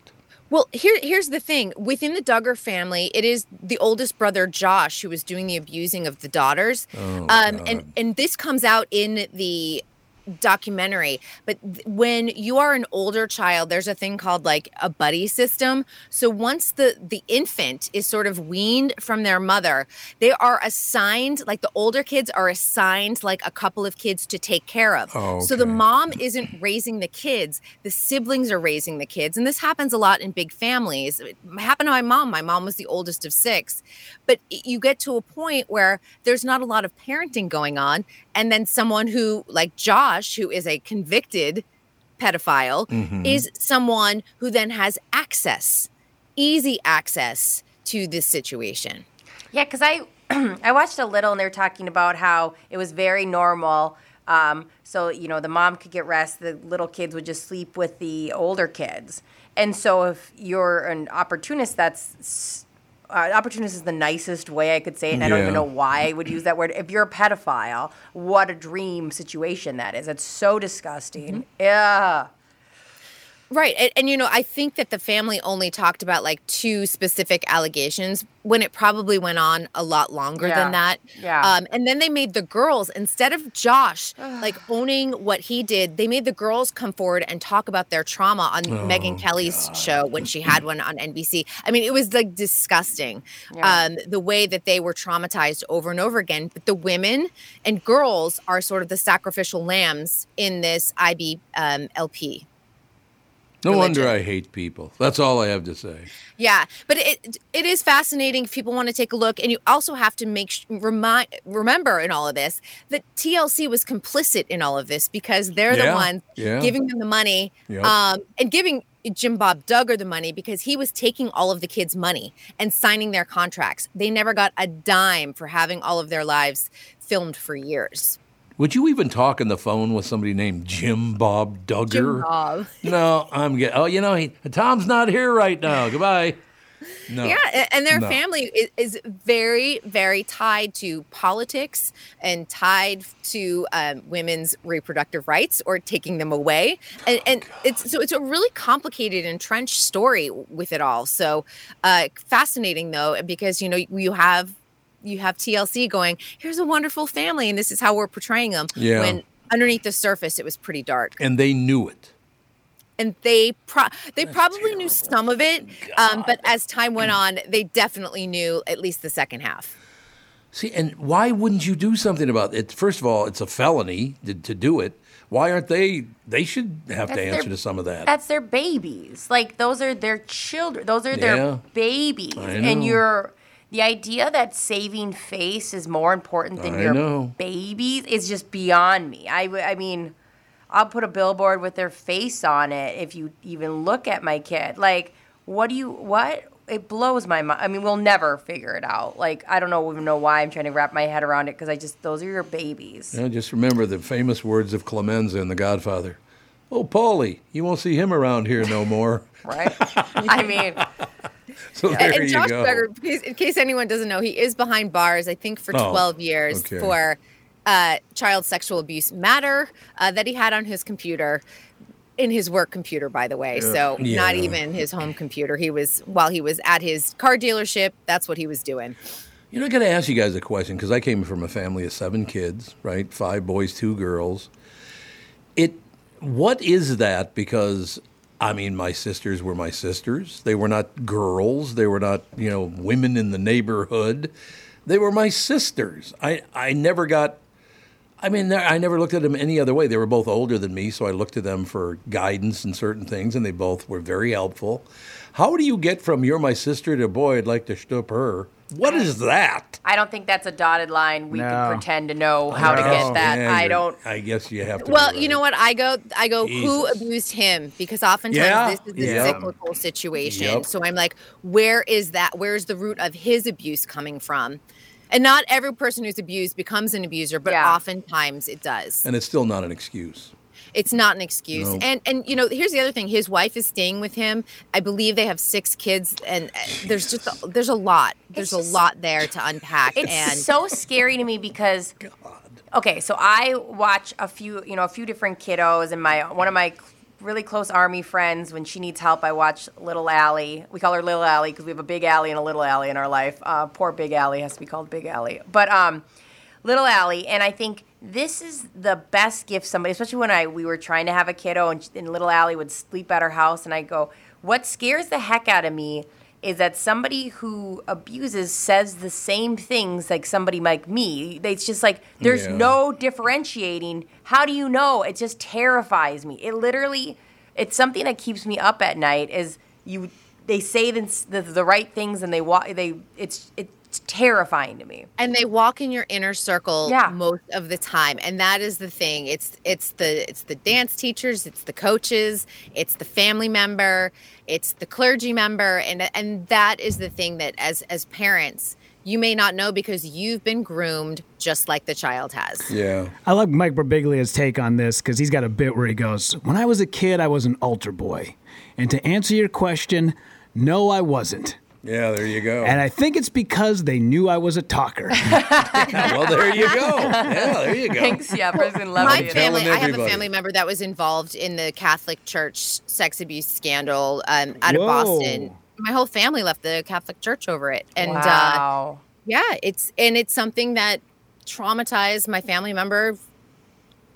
[SPEAKER 8] Well, here here's the thing. Within the Duggar family, it is the oldest brother Josh who was doing the abusing of the daughters.
[SPEAKER 9] Oh,
[SPEAKER 8] um,
[SPEAKER 9] God.
[SPEAKER 8] and and this comes out in the documentary. But th- when you are an older child, there's a thing called like a buddy system. So once the the infant is sort of weaned from their mother, they are assigned like the older kids are assigned like a couple of kids to take care of.
[SPEAKER 9] Oh,
[SPEAKER 8] So the
[SPEAKER 9] okay.
[SPEAKER 8] mom isn't raising the kids, the siblings are raising the kids. And this happens a lot in big families. It happened to my mom. My mom was the oldest of six. But it- you get to a point where there's not a lot of parenting going on. And then someone who, like Josh, who is a convicted pedophile,
[SPEAKER 9] Mhm.
[SPEAKER 8] is someone who then has access, easy access to this situation.
[SPEAKER 3] Yeah, because I I watched a little, and they were talking about how it was very normal. Um, so you know, the mom could get rest, the little kids would just sleep with the older kids, and so if you're an opportunist, that's s- uh, opportunist is the nicest way I could say it. And I don't even
[SPEAKER 9] Yeah.
[SPEAKER 3] know why I would use that word. If you're a pedophile, what a dream situation that is. It's so disgusting. Yeah.
[SPEAKER 8] Right. And, and, you know, I think that the family only talked about like two specific allegations when it probably went on a lot longer
[SPEAKER 9] Yeah.
[SPEAKER 8] than that.
[SPEAKER 9] Yeah.
[SPEAKER 8] Um, and then they made the girls, instead of Josh like owning what he did, they made the girls come forward and talk about their trauma on
[SPEAKER 9] Oh,
[SPEAKER 8] Megan Kelly's show when she had one on NBC. I mean, it was like disgusting
[SPEAKER 9] Yeah.
[SPEAKER 8] um, the way that they were traumatized over and over again. But the women and girls are sort of the sacrificial lambs in this IB um, LP.
[SPEAKER 2] No wonder I hate people. That's all I have to say.
[SPEAKER 8] Yeah, but it it is fascinating if people want to take a look, and you also have to make sh- remind remember in all of this that TLC was complicit in all of this because they're the
[SPEAKER 9] Yeah,
[SPEAKER 8] ones
[SPEAKER 9] yeah.
[SPEAKER 8] giving them the money,
[SPEAKER 9] Yep.
[SPEAKER 8] um, and giving Jim Bob Duggar the money because he was taking all of the kids' money and signing their contracts. They never got a dime for having all of their lives filmed for years.
[SPEAKER 2] Would you even talk on the phone with somebody named Jim Bob Duggar?
[SPEAKER 8] Jim Bob.
[SPEAKER 2] No, I'm getting. Oh, you know, he, Tom's not here right now. Goodbye. No.
[SPEAKER 8] Yeah, a- and their
[SPEAKER 2] No.
[SPEAKER 8] family is, is very, very tied to politics and tied to um, women's reproductive rights or taking them away. And,
[SPEAKER 2] Oh,
[SPEAKER 8] and it's so it's a really complicated, entrenched story with it all. So uh, fascinating though, because you know you have you have TLC going, here's a wonderful family, and this is how we're portraying them.
[SPEAKER 2] Yeah.
[SPEAKER 8] When underneath the surface, it was pretty dark
[SPEAKER 2] And they knew it.
[SPEAKER 8] and they pro- they probably knew some
[SPEAKER 2] Oh
[SPEAKER 8] of it, um, but as time went on, they definitely knew at least the second half.
[SPEAKER 2] See, and why wouldn't you do something about it? First of all, it's a felony to, to do it. Why aren't they? They should have
[SPEAKER 3] That's
[SPEAKER 2] to
[SPEAKER 3] their-
[SPEAKER 2] answer to some of that.
[SPEAKER 3] That's their babies. Like those are their children. Those are
[SPEAKER 2] Yeah.
[SPEAKER 3] their babies.
[SPEAKER 2] I
[SPEAKER 3] And
[SPEAKER 2] know.
[SPEAKER 3] you're the idea that saving face is more important than
[SPEAKER 2] I
[SPEAKER 3] your
[SPEAKER 2] know.
[SPEAKER 3] babies is just beyond me. I, w- I mean, I'll put a billboard with their face on it if you even look at my kid. Like, what do you what? It blows my mind. I mean, we'll never figure it out. Like, I don't know even know why I'm trying to wrap my head around it because I just those are your babies.
[SPEAKER 2] Yeah, just remember the famous words of Clemenza in The Godfather. Oh, Paulie, you won't see him around here no more.
[SPEAKER 3] right? I mean,
[SPEAKER 2] So
[SPEAKER 8] And-
[SPEAKER 2] there
[SPEAKER 8] and
[SPEAKER 2] you
[SPEAKER 8] Josh
[SPEAKER 2] go.
[SPEAKER 8] Becker, in case, in case anyone doesn't know, he is behind bars, I think, for
[SPEAKER 2] Oh,
[SPEAKER 8] 12 years
[SPEAKER 2] okay.
[SPEAKER 8] for uh, child sexual abuse matter uh, that he had on his computer, in his work computer, by the way.
[SPEAKER 2] Yeah.
[SPEAKER 8] So not
[SPEAKER 2] Yeah.
[SPEAKER 8] even his home computer. He was, while he was at his car dealership, that's what he was doing.
[SPEAKER 2] You know, I got to ask you guys a question because I came from a family of seven kids, right? Five boys, two girls. It, what is that? Because I mean, my sisters were my sisters. They were not girls. They were not, you know, women in the neighborhood. They were my sisters. I, I never got. I mean, I never looked at them any other way. They were both older than me, so I looked to them for guidance and certain things, and they both were very helpful. How do you get from "You're my sister" to "Boy, I'd like to stup her"? What is that?
[SPEAKER 3] I don't think that's a dotted line we
[SPEAKER 2] No.
[SPEAKER 3] can pretend to know how to get that.
[SPEAKER 2] Yeah,
[SPEAKER 3] I
[SPEAKER 2] you're-
[SPEAKER 3] don't.
[SPEAKER 2] I guess you have to.
[SPEAKER 8] Well, you know what? I go, I go, who
[SPEAKER 2] Jesus.
[SPEAKER 8] abused him? Because oftentimes
[SPEAKER 2] Yeah,
[SPEAKER 8] this is the
[SPEAKER 2] yeah.
[SPEAKER 8] cyclical situation.
[SPEAKER 2] Yep.
[SPEAKER 8] So I'm like, where is that? Where's the root of his abuse coming from? And not every person who's abused becomes an abuser, but oftentimes it does.
[SPEAKER 2] and it's still not an excuse.
[SPEAKER 8] It's not an excuse.
[SPEAKER 2] No.
[SPEAKER 8] And and you know, here's the other thing: his wife is staying with him. I believe they have six kids, and uh, there's just a, there's a lot. There's a lot there to unpack.
[SPEAKER 3] It's
[SPEAKER 8] and
[SPEAKER 3] so scary to me because. Okay, so I watch a few, you know, a few different kiddos, and my one of my cl- really close army friends. When she needs help, I watch Little Allie. We call her Little Allie because we have a big Allie and a little Allie in our life. Uh, poor Big Allie has to be called Big Allie, but um, Little Allie, and I think this is the best gift somebody, especially when I we were trying to have a kiddo, and, and Little Allie would sleep at her house, and I go, what scares the heck out of me is that somebody who abuses says the same things like somebody like me. They- It's just like there's
[SPEAKER 9] Yeah.
[SPEAKER 3] no differentiating. How do you know? It just terrifies me. It literally, it's something that keeps me up at night. Is you they say the, the, the right things and they walk they it's it's terrifying to me.
[SPEAKER 8] and they walk in your inner circle
[SPEAKER 3] Yeah.
[SPEAKER 8] most of the time and that is the thing it's it's the it's the dance teachers it's the coaches it's the family member it's the clergy member and and that is the thing that as as parents you may not know because you've been groomed just like the child has
[SPEAKER 2] Yeah.
[SPEAKER 4] I like Mike Birbiglia's take on this because he's got a bit where he goes, When I was a kid, I was an altar boy. And to answer your question, no, I wasn't.
[SPEAKER 2] Yeah, there you go.
[SPEAKER 4] And I think it's because they knew I was a talker.
[SPEAKER 2] well, there you go. Yeah, there you go.
[SPEAKER 3] Thanks, yeah, President
[SPEAKER 8] my
[SPEAKER 3] Levy.
[SPEAKER 4] I'm
[SPEAKER 8] family
[SPEAKER 4] telling
[SPEAKER 8] i have a
[SPEAKER 4] everybody.
[SPEAKER 8] family member that was involved in the catholic church sex abuse scandal um, out of
[SPEAKER 4] Whoa.
[SPEAKER 8] boston my whole family left the catholic church over it and
[SPEAKER 3] Wow.
[SPEAKER 8] uh, yeah it's and it's something that traumatized my family member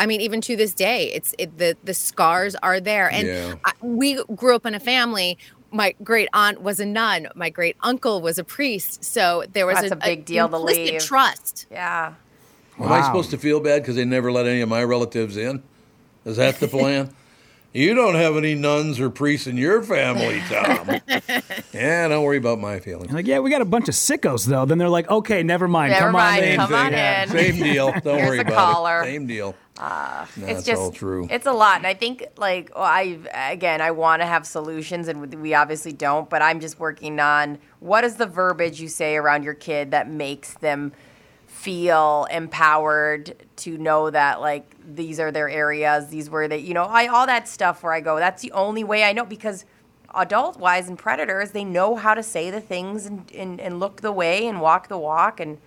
[SPEAKER 8] i mean even to this day it's it, the the scars are there and
[SPEAKER 9] Yeah.
[SPEAKER 8] I, we grew up in a family my great aunt was a nun my great uncle was a priest so there was
[SPEAKER 3] That's a big deal to
[SPEAKER 8] implicit
[SPEAKER 3] leave.
[SPEAKER 8] trust
[SPEAKER 3] yeah
[SPEAKER 2] Am I supposed to feel bad because they never let any of my relatives in? Is that the plan? you don't have any nuns or priests in your family, Tom. yeah, don't worry about my feelings.
[SPEAKER 4] like, yeah, we got a bunch of sickos, though. Then they're like, okay, never mind.
[SPEAKER 3] Never
[SPEAKER 4] come
[SPEAKER 3] mind,
[SPEAKER 4] on in.
[SPEAKER 3] come
[SPEAKER 2] Same
[SPEAKER 3] on
[SPEAKER 2] thing.
[SPEAKER 3] in.
[SPEAKER 2] Same deal. Don't
[SPEAKER 3] Here's
[SPEAKER 2] worry
[SPEAKER 3] the
[SPEAKER 2] about
[SPEAKER 3] collar.
[SPEAKER 2] it. Same deal.
[SPEAKER 3] Uh,
[SPEAKER 2] No,
[SPEAKER 3] it's
[SPEAKER 2] it's
[SPEAKER 3] just
[SPEAKER 2] all true.
[SPEAKER 3] It's a lot, and I think like well, I again I want to have solutions, and we obviously don't. But I'm just working on what is the verbiage you say around your kid that makes them feel empowered to know that like these are their areas, these were that you know I all that stuff where I go. That's the only way I know because adult wise and predators they know how to say the things and, and and look the way and walk the walk and.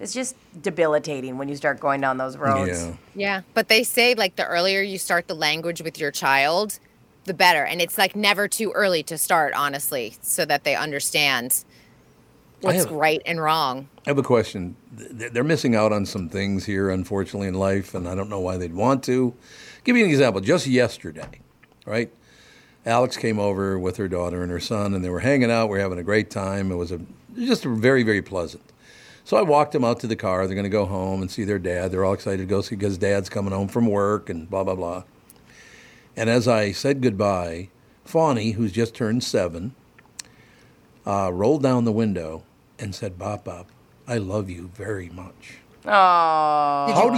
[SPEAKER 3] It's just debilitating when you start going down those roads.
[SPEAKER 8] Yeah, but they say like the earlier you start the language with your child, the better. And it's like never too early to start, honestly, so that they understand
[SPEAKER 2] I
[SPEAKER 8] what's
[SPEAKER 2] have-
[SPEAKER 8] right and wrong.
[SPEAKER 2] I have a question. Th- They're missing out on some things here, unfortunately, in life, and I don't know why they'd want to. Give you an example. Just yesterday, right? Alex came over with her daughter and her son, and they were hanging out. We were having a great time. It was a, just very, very pleasant. So I walked them out to the car. They're going to go home and see their dad. They're all excited to go see because dad's coming home from work and blah, blah, blah. And as I said goodbye, Fawny, who's just turned seven, uh, rolled down the window and said, Bop, Bop, I love you very much.
[SPEAKER 3] Oh.
[SPEAKER 2] How do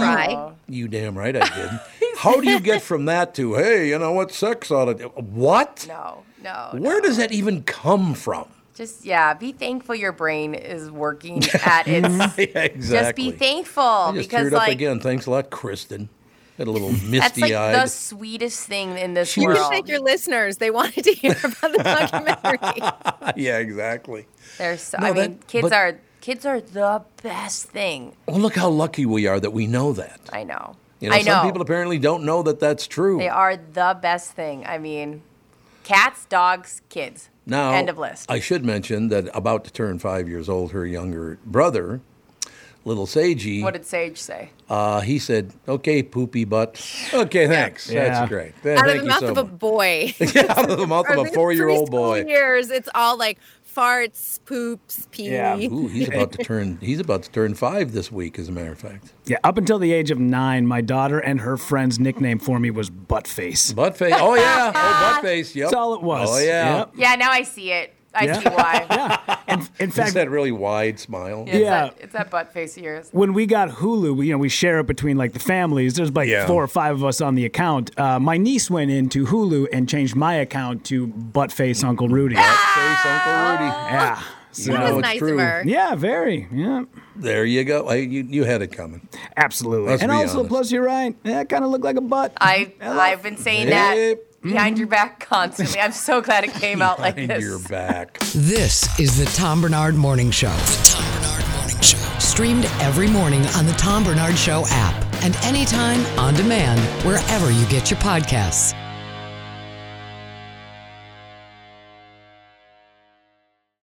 [SPEAKER 2] you- You damn right I did. How do you get from that to, hey, you know what, sex ought to. do-" What?
[SPEAKER 3] No, no.
[SPEAKER 2] Where does that even come from?
[SPEAKER 3] Just yeah, be thankful your brain is working at its.
[SPEAKER 2] Yeah,
[SPEAKER 3] Just
[SPEAKER 2] exactly.
[SPEAKER 3] be thankful
[SPEAKER 2] I just
[SPEAKER 3] because
[SPEAKER 2] teared up
[SPEAKER 3] like
[SPEAKER 2] again. Thanks a lot, Kristen. Got a little misty
[SPEAKER 3] that's like
[SPEAKER 2] eyed.
[SPEAKER 3] the sweetest thing in this
[SPEAKER 2] She
[SPEAKER 8] You
[SPEAKER 2] was-
[SPEAKER 8] can thank your listeners. They wanted to hear about the documentary.
[SPEAKER 2] yeah, exactly.
[SPEAKER 3] There's so,
[SPEAKER 2] No,
[SPEAKER 3] I
[SPEAKER 2] that-
[SPEAKER 3] mean, kids
[SPEAKER 2] but-
[SPEAKER 3] are kids are the best thing.
[SPEAKER 2] Well, look how lucky we are that we know that.
[SPEAKER 3] I know.
[SPEAKER 2] You know,
[SPEAKER 3] I
[SPEAKER 2] some
[SPEAKER 3] know.
[SPEAKER 2] people apparently don't know that that's true.
[SPEAKER 3] They are the best thing. I mean, cats, dogs, kids.
[SPEAKER 2] Now,
[SPEAKER 3] end of list.
[SPEAKER 2] I should mention that about to turn five years old, her younger brother, little Seiji,
[SPEAKER 3] what did Sage say?
[SPEAKER 2] uh, he said, "Okay, poopy butt. Okay, thanks.
[SPEAKER 3] Yeah.
[SPEAKER 2] That's great. Th-
[SPEAKER 8] Out of
[SPEAKER 2] Thank
[SPEAKER 8] the
[SPEAKER 2] you
[SPEAKER 8] mouth
[SPEAKER 2] so
[SPEAKER 8] of a
[SPEAKER 2] much."
[SPEAKER 8] boy.
[SPEAKER 2] Yeah, out of the mouth
[SPEAKER 8] Or
[SPEAKER 2] of
[SPEAKER 8] at
[SPEAKER 2] a
[SPEAKER 8] least
[SPEAKER 2] four-year-old
[SPEAKER 8] preschool
[SPEAKER 2] boy.
[SPEAKER 8] Years, it's all like farts, poops, pee.
[SPEAKER 2] Ooh, he's about to turn. He's about to turn five this week, as a matter of fact.
[SPEAKER 4] Yeah, up until the age of nine, my daughter and her friend's nickname for me was Buttface.
[SPEAKER 2] Buttface. Oh yeah. Oh, buttface. Yep.
[SPEAKER 4] That's all it was.
[SPEAKER 2] Oh yeah.
[SPEAKER 4] Yep.
[SPEAKER 3] Yeah, now I see it. I
[SPEAKER 4] Yeah.
[SPEAKER 3] see why.
[SPEAKER 4] In fact,
[SPEAKER 2] Just that really wide smile.
[SPEAKER 3] It's
[SPEAKER 4] Yeah.
[SPEAKER 3] that, it's that butt face of yours.
[SPEAKER 4] when we got Hulu, we, you know, we share it between like the families. There's like
[SPEAKER 2] Yeah.
[SPEAKER 4] four or five of us on the account. Uh, my niece went into Hulu and changed my account to Buttface Uncle Rudy.
[SPEAKER 2] Face Uncle Rudy.
[SPEAKER 4] Yeah.
[SPEAKER 2] You know it's true.
[SPEAKER 4] Yeah, very. Yeah,
[SPEAKER 2] There you go. Hey, you, you had it coming.
[SPEAKER 4] absolutely.
[SPEAKER 2] Let's
[SPEAKER 4] and
[SPEAKER 2] be
[SPEAKER 4] also,
[SPEAKER 2] honest.
[SPEAKER 4] plus you're right. That kind of looked like a butt.
[SPEAKER 3] I I've been saying that
[SPEAKER 2] Yep.
[SPEAKER 3] behind your back constantly. I'm so glad it came out like
[SPEAKER 1] Behind
[SPEAKER 3] this.
[SPEAKER 1] your
[SPEAKER 2] back.
[SPEAKER 1] This is the Tom Bernard Morning Show. The Tom Bernard Morning Show. Streamed every morning on the Tom Bernard Show app and anytime on demand wherever you get your podcasts.